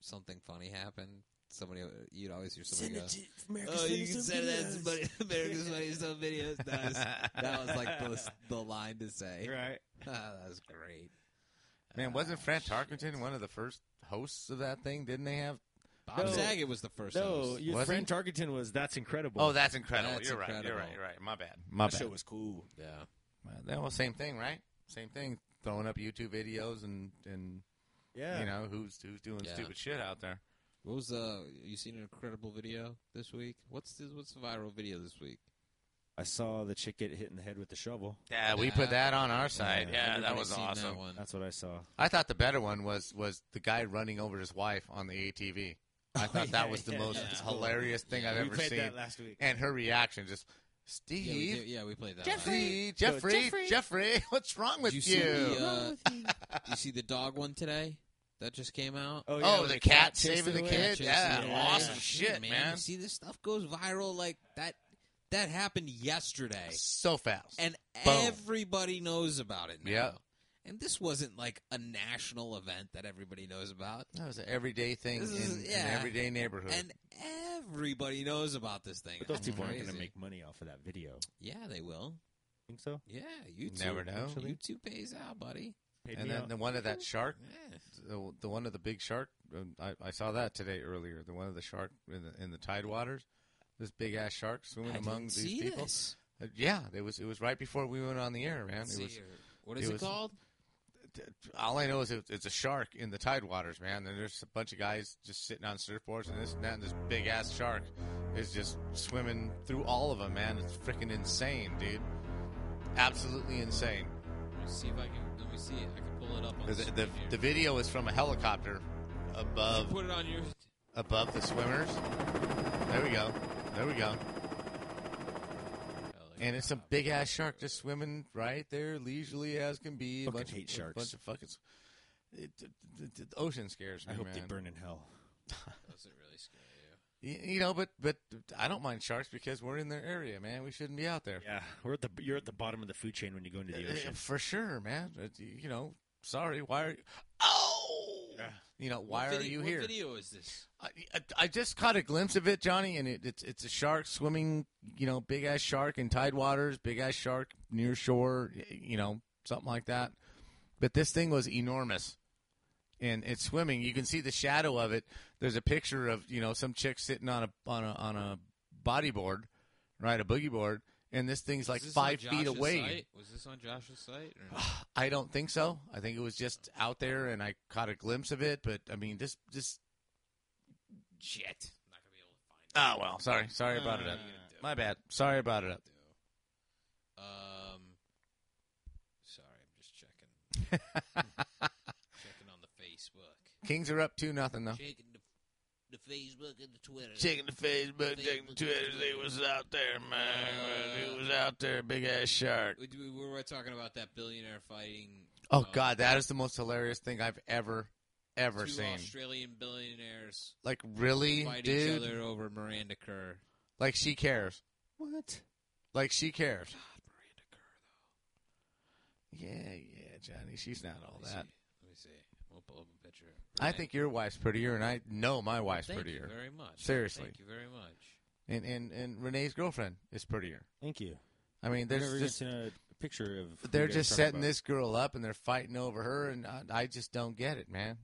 Speaker 1: something funny happened, somebody you'd always hear somebody go, "Oh, you can send that to somebody, America's Funniest Home Videos." That was, that was like the, the line to say. Ah,
Speaker 3: Right.
Speaker 1: that was great.
Speaker 2: Man, wasn't
Speaker 1: Ah,
Speaker 2: Fran
Speaker 1: shit.
Speaker 2: Tarkenton one of the first hosts of that thing? Didn't they have?
Speaker 1: Bob
Speaker 3: No.
Speaker 1: Saget was the first.
Speaker 3: No,
Speaker 1: host.
Speaker 3: your
Speaker 2: Was
Speaker 3: friend Targeton was that's incredible.
Speaker 2: Oh, that's incredible.
Speaker 1: That's
Speaker 2: you're right. You're
Speaker 1: incredible.
Speaker 2: right. You're right. My bad. My
Speaker 3: that
Speaker 2: bad.
Speaker 3: show was cool.
Speaker 1: yeah,
Speaker 2: Well, that was same thing, right? Same thing. Throwing up YouTube videos and and
Speaker 3: Yeah.
Speaker 2: you know who's who's doing
Speaker 1: Yeah.
Speaker 2: stupid shit out there.
Speaker 1: what was uh? You seen an incredible video this week? What's this, what's the viral video this week?
Speaker 3: I saw the chick get hit in the head with the shovel.
Speaker 2: Yeah, we
Speaker 1: Yeah.
Speaker 2: put that on our side.
Speaker 3: Yeah,
Speaker 2: Yeah, that
Speaker 1: Everybody's
Speaker 2: was
Speaker 1: seen
Speaker 2: awesome.
Speaker 1: one.
Speaker 3: That's what I saw.
Speaker 2: I thought the better one was was the guy running over his wife on the ATV. I thought that
Speaker 3: yeah,
Speaker 2: was the
Speaker 3: yeah,
Speaker 2: most
Speaker 1: yeah.
Speaker 2: hilarious thing
Speaker 1: Yeah,
Speaker 2: I've
Speaker 3: we
Speaker 2: ever
Speaker 3: played
Speaker 2: seen.
Speaker 3: that last week.
Speaker 2: And her reaction just
Speaker 1: Yeah, we,
Speaker 2: Steve,
Speaker 1: did- yeah, we played that. last week.
Speaker 2: Jeffrey,
Speaker 3: So,
Speaker 2: Jeffrey, Jeffrey,
Speaker 3: Jeffrey-
Speaker 2: what's wrong with
Speaker 1: Did
Speaker 2: you?
Speaker 1: you see the, uh, you see the dog one today that just came out?
Speaker 3: Oh,
Speaker 2: oh,
Speaker 3: with
Speaker 2: the, cat,
Speaker 3: chasing
Speaker 2: saving the
Speaker 3: away.
Speaker 2: kid.
Speaker 1: Chasing the
Speaker 2: Yeah,
Speaker 3: away.
Speaker 1: dog.
Speaker 2: awesome
Speaker 1: Yeah.
Speaker 2: shit,
Speaker 1: man.
Speaker 2: man.
Speaker 1: You see, this stuff goes viral like that. That happened yesterday,
Speaker 2: So fast.
Speaker 1: and
Speaker 2: Boom.
Speaker 1: everybody knows about it now.
Speaker 2: Yeah.
Speaker 1: And this wasn't like a national event that everybody knows about.
Speaker 2: that was an everyday thing
Speaker 1: This is-
Speaker 2: in in
Speaker 1: yeah.
Speaker 2: an everyday neighborhood.
Speaker 1: And everybody knows about this thing.
Speaker 3: But those
Speaker 1: That's
Speaker 3: people aren't going to
Speaker 1: crazy.
Speaker 3: make money off of that video.
Speaker 1: Yeah, they will.
Speaker 3: Think so?
Speaker 1: Yeah, YouTube.
Speaker 2: Never know.
Speaker 1: YouTube pays out, buddy.
Speaker 3: Paid
Speaker 2: And
Speaker 3: me
Speaker 2: then
Speaker 3: off.
Speaker 2: the one of that shark,
Speaker 1: Yeah.
Speaker 2: the, the one of the big shark. um, I, I saw that today earlier. The one of the shark in the in the tidewaters. This big ass shark swimming
Speaker 1: I
Speaker 2: among
Speaker 1: didn't
Speaker 2: these
Speaker 1: see
Speaker 2: people.
Speaker 1: this.
Speaker 2: Uh, yeah, it was it was right before we went on the air, man. It
Speaker 1: See
Speaker 2: was
Speaker 1: here. what is
Speaker 2: it
Speaker 1: it,
Speaker 2: was-
Speaker 1: called?
Speaker 2: all I know is it, it's a shark in the tidewaters, man. And there's a bunch of guys just sitting on surfboards and this and that, and this big ass shark is just swimming through all of them, man. It's freaking insane, dude. Absolutely insane.
Speaker 1: Let me see if I can. Let me see. it. I can pull it up. On
Speaker 2: 'Cause
Speaker 1: the,
Speaker 2: The, the,
Speaker 1: screen here.
Speaker 2: the video is from a helicopter above
Speaker 1: Put it on your.
Speaker 2: above the swimmers. There we go. There we go. And it's a big ass shark just swimming right there, leisurely as can be. A
Speaker 3: Fucking
Speaker 2: bunch
Speaker 3: hate
Speaker 2: of, A
Speaker 3: sharks.
Speaker 2: bunch of fucking. It, it, it- the ocean scares me.
Speaker 3: I hope
Speaker 2: man.
Speaker 3: they burn in hell.
Speaker 1: Does it really scare you?
Speaker 2: Y- You know, but but I don't mind sharks because we're in their area, man. We shouldn't be out there.
Speaker 3: Yeah, we're at the you're at the bottom of the food chain when you go into the
Speaker 2: Uh,
Speaker 3: ocean.
Speaker 2: For sure, man. Uh, You know, sorry. Why are you? Oh,
Speaker 3: Yeah.
Speaker 2: you know, why
Speaker 1: What
Speaker 2: are
Speaker 1: video-
Speaker 2: you
Speaker 1: what
Speaker 2: here?
Speaker 1: video is this?
Speaker 2: I, I, I just caught a glimpse of it, Johnny, and it, it's it's a shark swimming. You know, big ass shark in tidewaters, big ass shark near shore. y- You know, something like that. But this thing was enormous, and it's swimming. You can see the shadow of it. There's a picture of you know some chick sitting on a on a on a bodyboard, right, a boogie board, and this thing's like
Speaker 1: Is this on
Speaker 2: five feet
Speaker 1: Josh's
Speaker 2: away.
Speaker 1: site? Was this on Josh's site? Or no?
Speaker 2: I don't think so. I think it was just out there, and I caught a glimpse of it. But I mean, this this
Speaker 1: Shit! I'm not gonna be able to find.
Speaker 2: Oh well, sorry, sorry about it.
Speaker 1: Uh,
Speaker 2: Up. My bad. Sorry about it. Up.
Speaker 1: it. Um, Checking on the Facebook.
Speaker 2: Kings are up two nothing though.
Speaker 1: Checking the, the Facebook and the Twitter.
Speaker 2: Checking the Facebook, checking the Twitter. They was out there, man. It was out there, big ass shark.
Speaker 1: We, we were talking about that billionaire fighting.
Speaker 2: Oh
Speaker 1: uh,
Speaker 2: god, that is the most hilarious thing I've ever, ever
Speaker 1: two
Speaker 2: seen.
Speaker 1: Australian billionaires
Speaker 2: Like really,
Speaker 1: fight each
Speaker 2: dude.
Speaker 1: other over Miranda Kerr.
Speaker 2: Like she cares.
Speaker 3: What?
Speaker 2: Like she cares.
Speaker 1: God, Miranda Kerr
Speaker 2: Yeah, yeah, Johnny. She's not all
Speaker 1: though. Let me
Speaker 2: that.
Speaker 1: see. Let me see. We'll pull up a picture.
Speaker 2: I
Speaker 1: Miranda-
Speaker 2: think your wife's prettier, and I know my wife's
Speaker 1: Thank
Speaker 2: prettier.
Speaker 1: you very much.
Speaker 2: Seriously.
Speaker 1: Thank you very much.
Speaker 2: And, and and Renee's girlfriend is prettier.
Speaker 3: Thank you.
Speaker 2: I mean,
Speaker 3: I've
Speaker 2: there's
Speaker 3: never even
Speaker 2: just
Speaker 3: seen a picture of. who
Speaker 2: they're
Speaker 3: you guys
Speaker 2: just
Speaker 3: talking
Speaker 2: setting
Speaker 3: about.
Speaker 2: this girl up and they're fighting over her and I, I just don't get it man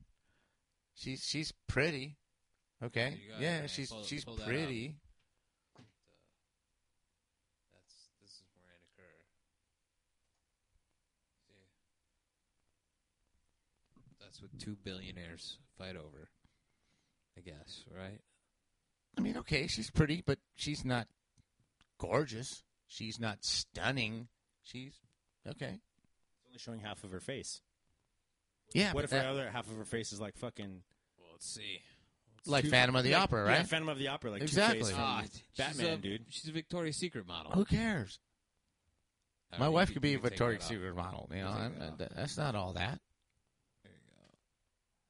Speaker 2: she's she's pretty okay
Speaker 1: You got it,
Speaker 2: yeah
Speaker 1: man.
Speaker 2: she's
Speaker 1: Pull-
Speaker 2: she's
Speaker 1: pull that up.
Speaker 2: pretty
Speaker 1: That's this is Miranda Kerr. See? That's what two billionaires fight over. I guess, right?
Speaker 2: I mean okay she's pretty but she's not gorgeous she's not stunning she's okay
Speaker 3: It's only showing half of her face.
Speaker 2: yeah
Speaker 3: what
Speaker 2: but
Speaker 3: if
Speaker 2: that-
Speaker 3: her other half of her face is like fucking
Speaker 1: Well, let's see.
Speaker 2: like
Speaker 3: two-
Speaker 2: Phantom of the
Speaker 3: like-
Speaker 2: Opera
Speaker 3: yeah,
Speaker 2: right
Speaker 3: Phantom of the Opera, like
Speaker 2: Exactly.
Speaker 3: Two-Face from
Speaker 1: Ah,
Speaker 3: Batman,
Speaker 1: she's a,
Speaker 3: dude.
Speaker 1: She's a Victoria's Secret model.
Speaker 2: who cares
Speaker 1: I
Speaker 2: my
Speaker 1: mean,
Speaker 2: wife
Speaker 1: you
Speaker 2: could be a
Speaker 1: can take that
Speaker 2: Victoria's
Speaker 1: off.
Speaker 2: Secret model you know
Speaker 1: take
Speaker 2: I'm,
Speaker 1: that off.
Speaker 2: that that's not all that
Speaker 1: There you go.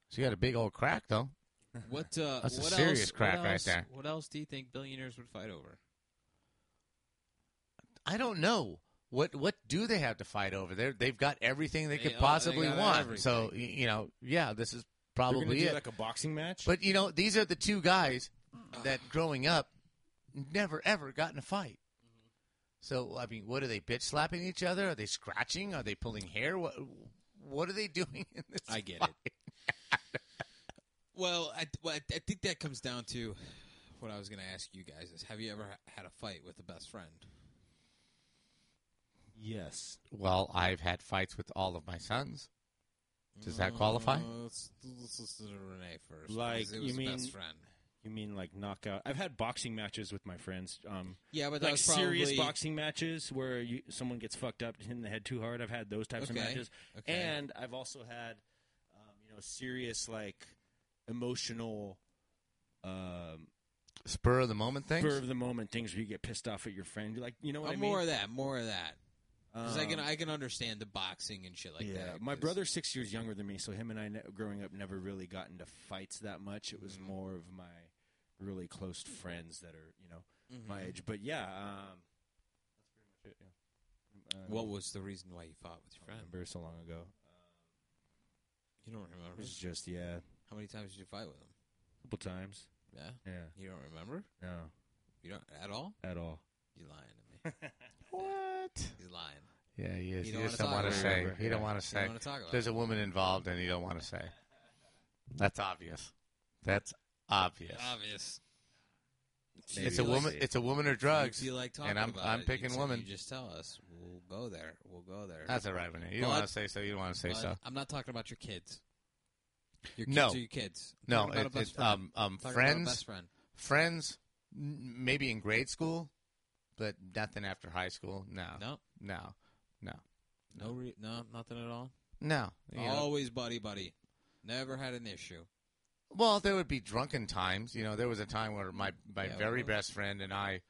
Speaker 2: she got a big old crack though
Speaker 1: What uh,
Speaker 2: That's a
Speaker 1: what
Speaker 2: serious
Speaker 1: else,
Speaker 2: crack
Speaker 1: what
Speaker 2: right
Speaker 1: else-
Speaker 2: there.
Speaker 1: What else do you think billionaires would fight over?
Speaker 2: I don't know. What what do they have to fight over? They they've got everything they,
Speaker 1: They- oh,
Speaker 2: could
Speaker 1: they
Speaker 2: possibly
Speaker 1: got
Speaker 2: want.
Speaker 1: everything.
Speaker 2: So y- you know, yeah, this is
Speaker 3: They're gonna
Speaker 2: probably
Speaker 3: do
Speaker 2: it.
Speaker 3: like a boxing match.
Speaker 2: but you know, these are the two guys that growing up never ever got in a fight. So I mean, what are they bitch slapping each other? Are they scratching? Are they pulling hair? What what are they doing in this?
Speaker 1: I get it.
Speaker 2: fight?
Speaker 1: Well, I, well, I- I think that comes down to what I was going to ask you guys is: Have you ever ha- had a fight with a best friend?
Speaker 3: yes,
Speaker 2: Well, I've had fights with all of my sons. Does that qualify?
Speaker 1: Uh, let's, let's listen to Renee first.
Speaker 3: Like,
Speaker 1: because it
Speaker 3: you
Speaker 1: was best
Speaker 3: mean-
Speaker 1: friend?
Speaker 3: you mean like knockout? I've had boxing matches with my friends. Um,
Speaker 1: Yeah, but that
Speaker 3: like
Speaker 1: was probably
Speaker 3: serious boxing matches where you, someone gets fucked up, hit in the head too hard. I've had those types
Speaker 1: Okay,
Speaker 3: of matches,
Speaker 1: okay.
Speaker 3: and I've also had, um, you know, serious like emotional, um,
Speaker 2: Spur of the moment things.
Speaker 3: spur of the moment things where you get pissed off at your friend. You're like, you know what
Speaker 1: Uh,
Speaker 3: I mean?
Speaker 1: more of that, more of that. Because I can
Speaker 3: Um,
Speaker 1: I can understand the boxing and shit like
Speaker 3: yeah,
Speaker 1: that.
Speaker 3: my
Speaker 1: 'cause-
Speaker 3: brother's six years younger than me, so him and I, ne- growing up, never really got into fights that much. It was
Speaker 1: Mhm.
Speaker 3: more of my really close friends that are, you know,
Speaker 1: Mhm.
Speaker 3: my age. But yeah, um, that's pretty much it. Yeah. Um,
Speaker 1: What was the reason why you fought with your
Speaker 3: I don't
Speaker 1: friend?
Speaker 3: remember so long ago. Um,
Speaker 1: You don't remember.
Speaker 3: It was just yeah, a
Speaker 1: How many times did you fight with him?
Speaker 3: couple times.
Speaker 1: Yeah,
Speaker 3: Yeah,
Speaker 1: you don't remember.
Speaker 3: no,
Speaker 1: You don't at all.
Speaker 3: at all.
Speaker 1: You lying to me.
Speaker 2: what?
Speaker 1: He's lying.
Speaker 2: Yeah, he is.
Speaker 1: You
Speaker 2: He,
Speaker 1: don't wanna
Speaker 2: just don't
Speaker 1: talk
Speaker 2: want
Speaker 1: about
Speaker 2: to
Speaker 1: it.
Speaker 2: say.
Speaker 3: Remember,
Speaker 2: He don't
Speaker 3: yeah.
Speaker 2: want to
Speaker 1: You
Speaker 2: say.
Speaker 1: don't want to talk about.
Speaker 2: There's
Speaker 1: it.
Speaker 2: a woman involved, and you don't want to say. That's obvious. That's obvious.
Speaker 1: obvious. If you
Speaker 2: It's a
Speaker 1: feel like-
Speaker 2: woman. It's a woman or
Speaker 1: if you
Speaker 2: drugs.
Speaker 1: feel like talking
Speaker 2: and I'm-
Speaker 1: about
Speaker 2: I'm
Speaker 1: it,
Speaker 2: picking
Speaker 1: you, t-
Speaker 2: woman.
Speaker 1: You just tell us. We'll go there. We'll go there.
Speaker 2: That's all right, Renee. You don't
Speaker 1: But-
Speaker 2: want to say so. You don't want to say
Speaker 1: But
Speaker 2: so.
Speaker 1: I'm not talking about your kids. Your kids
Speaker 2: No.
Speaker 1: are your kids. I'm
Speaker 2: No,
Speaker 1: talking about
Speaker 2: it,
Speaker 1: a best
Speaker 2: it,
Speaker 1: friend.
Speaker 2: um, um,
Speaker 1: I'm talking about a best
Speaker 2: friends,
Speaker 1: friend.
Speaker 2: friends, n- maybe in grade school, but nothing after high school. No,
Speaker 1: No,
Speaker 2: no, no,
Speaker 1: no, re- no, nothing at all.
Speaker 2: no. You know.
Speaker 1: Always buddy, buddy. Never had an issue.
Speaker 2: Well, there would be drunken times. You know, there was a time where my my
Speaker 1: Yeah,
Speaker 2: very
Speaker 1: well.
Speaker 2: best friend and I,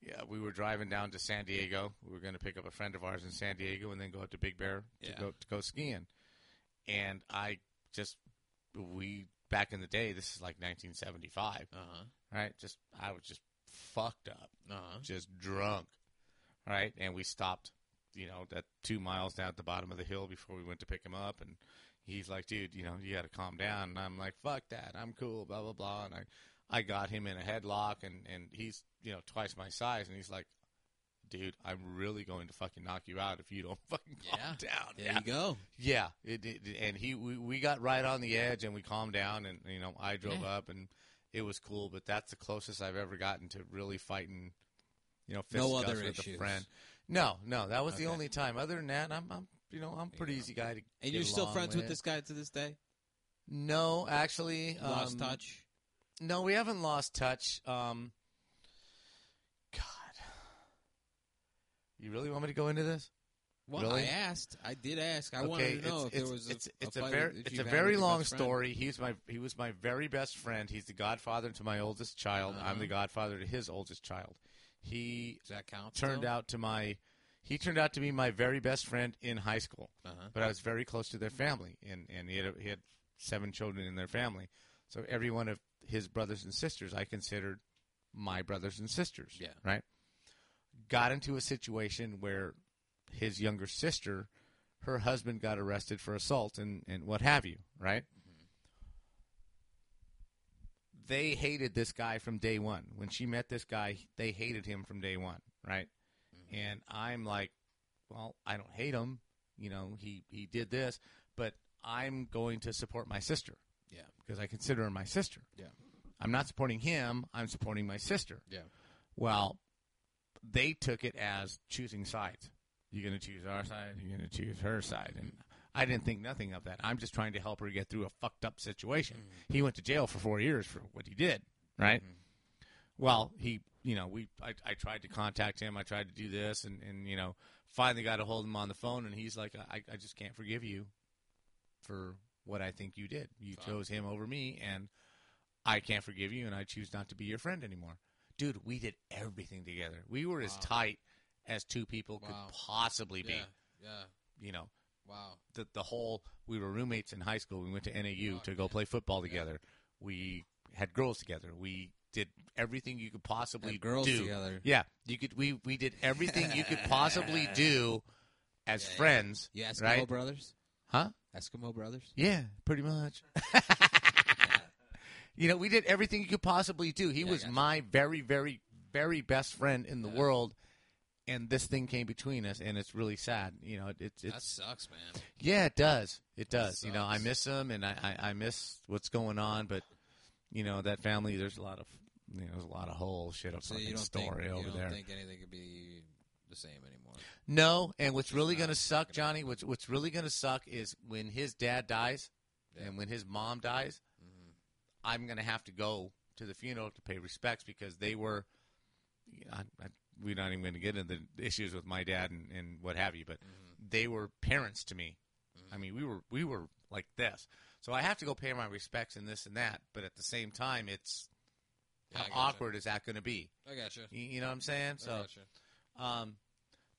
Speaker 2: yeah, we were driving down to San Diego. We were going to pick up a friend of ours in San Diego and then go out to Big Bear to
Speaker 1: Yeah.
Speaker 2: go to go skiing. And I just we back in the day, this is like 1975,
Speaker 1: Uh huh.
Speaker 2: right? Just I was just fucked up,
Speaker 1: Uh huh.
Speaker 2: just drunk, right? And we stopped, you know, at two miles down at the bottom of the hill before we went to pick him up, and he's like, dude, you know, you got to calm down. And I'm like, fuck that. I'm cool, blah, blah, blah. And I, I got him in a headlock, and, and he's, you know, twice my size. And he's like, dude, I'm really going to fucking knock you out if you don't fucking calm down.
Speaker 1: There you go.
Speaker 2: Yeah, it, it, and he we, we got right on the edge and we calmed down and you know I drove
Speaker 1: Yeah.
Speaker 2: up and it was cool, but that's the closest I've ever gotten to really fighting, you know,
Speaker 1: No
Speaker 2: fisticuffs
Speaker 1: other
Speaker 2: with
Speaker 1: issues.
Speaker 2: a friend. No, no, that was the
Speaker 1: Okay.
Speaker 2: only time. Other than that, I'm I'm you know I'm a pretty
Speaker 1: Yeah.
Speaker 2: easy guy to.
Speaker 1: And
Speaker 2: get
Speaker 1: you're still
Speaker 2: along
Speaker 1: friends with
Speaker 2: with
Speaker 1: this guy to this day.
Speaker 2: No, actually, um,
Speaker 1: Lost touch.
Speaker 2: No, we haven't lost touch. Um, God, you really want me to go into this?
Speaker 1: Well,
Speaker 2: Really?
Speaker 1: I asked. I did ask. I
Speaker 2: okay,
Speaker 1: wanted to know
Speaker 2: it's,
Speaker 1: if
Speaker 2: it's,
Speaker 1: there was a,
Speaker 2: it's, it's
Speaker 1: a,
Speaker 2: a,
Speaker 1: fight
Speaker 2: very
Speaker 1: that
Speaker 2: it's a
Speaker 1: you've had
Speaker 2: very
Speaker 1: with your
Speaker 2: long
Speaker 1: best friend.
Speaker 2: story. He's my he was my very best friend. He's the godfather to my oldest child. I'm the
Speaker 1: Uh-huh.
Speaker 2: godfather to his oldest child. He
Speaker 1: Does that count?
Speaker 2: turned out to my he turned out to be my very best friend in high school.
Speaker 1: Uh huh.
Speaker 2: but I was very close to their family, and and he had he had seven children in their family, so every one of his brothers and sisters I considered my brothers and sisters.
Speaker 1: Yeah.
Speaker 2: right. Got into a situation where his younger sister, her husband got arrested for assault and and what have you, right? They hated this guy from day one. When she met this guy, they hated him from day one, right? And I'm like, well, I don't hate him. You know, he he did this, but I'm going to support my sister.
Speaker 1: Yeah.
Speaker 2: because I consider her my sister.
Speaker 1: Yeah.
Speaker 2: I'm not supporting him. I'm supporting my sister.
Speaker 1: Yeah.
Speaker 2: Well, they took it as choosing sides. You're going to choose our side. You're going to choose her side, and I didn't think nothing of that. I'm just trying to help her get through a fucked up situation.
Speaker 1: Mm-hmm.
Speaker 2: He went to jail for four years for what he did. Right.
Speaker 1: Mm-hmm.
Speaker 2: Well, he, you know, we, I, I tried to contact him. I tried to do this, and, and you know, finally got a hold of him on the phone, and he's like, I, I just can't forgive you for what I think you did. You
Speaker 1: Fuck.
Speaker 2: chose him over me, and I can't forgive you, and I choose not to be your friend anymore. Dude, we did everything together. We were as
Speaker 1: Wow.
Speaker 2: tight as two people
Speaker 1: Wow.
Speaker 2: could possibly
Speaker 1: Yeah.
Speaker 2: be.
Speaker 1: Yeah.
Speaker 2: You know,
Speaker 1: Wow.
Speaker 2: the the whole we were roommates in high school. We went to NAU
Speaker 1: Fuck,
Speaker 2: to go
Speaker 1: man.
Speaker 2: play football
Speaker 1: Yeah.
Speaker 2: together. We had girls together. We did everything you could possibly
Speaker 1: Had girls
Speaker 2: do.
Speaker 1: together.
Speaker 2: Yeah, you could. We we did everything you could possibly do as
Speaker 1: Yeah, yeah.
Speaker 2: friends.
Speaker 1: You Eskimo
Speaker 2: Right?
Speaker 1: brothers?
Speaker 2: Huh?
Speaker 1: Eskimo brothers?
Speaker 2: Yeah, pretty much. you know, we did everything you could possibly do. He
Speaker 1: Yeah, I
Speaker 2: was
Speaker 1: gotcha.
Speaker 2: my very, very, very best friend in the
Speaker 1: Yeah.
Speaker 2: world, and this thing came between us, and it's really sad. You know, it, it's
Speaker 1: that
Speaker 2: it's
Speaker 1: sucks, man.
Speaker 2: yeah, it does. It does. You know, I
Speaker 1: sucks.
Speaker 2: miss him, and I, I I miss what's going on, but you know that family. There's a lot of you know, there's a lot of whole shit of
Speaker 1: So you
Speaker 2: fucking
Speaker 1: don't
Speaker 2: story
Speaker 1: think,
Speaker 2: over
Speaker 1: you don't
Speaker 2: there.
Speaker 1: think anything could be the same anymore.
Speaker 2: No, and what's
Speaker 1: Just
Speaker 2: really
Speaker 1: not
Speaker 2: going to suck,
Speaker 1: fucking
Speaker 2: Johnny, what's, what's really going to suck is when his dad dies
Speaker 1: Yeah.
Speaker 2: and when his mom dies,
Speaker 1: Mm-hmm,
Speaker 2: I'm going to have to go to the funeral to pay respects because they were. I, I, we're not even going to get into the issues with my dad and, and what have you, but
Speaker 1: mm-hmm.
Speaker 2: they were parents to me. I mean, we were we were like this, so I have to go pay my respects and this and that. But at the same time, it's
Speaker 1: Yeah,
Speaker 2: how
Speaker 1: I gotcha.
Speaker 2: awkward is that going to be?
Speaker 1: I gotcha.
Speaker 2: You, you know what I'm saying? So.
Speaker 1: I gotcha.
Speaker 2: Um,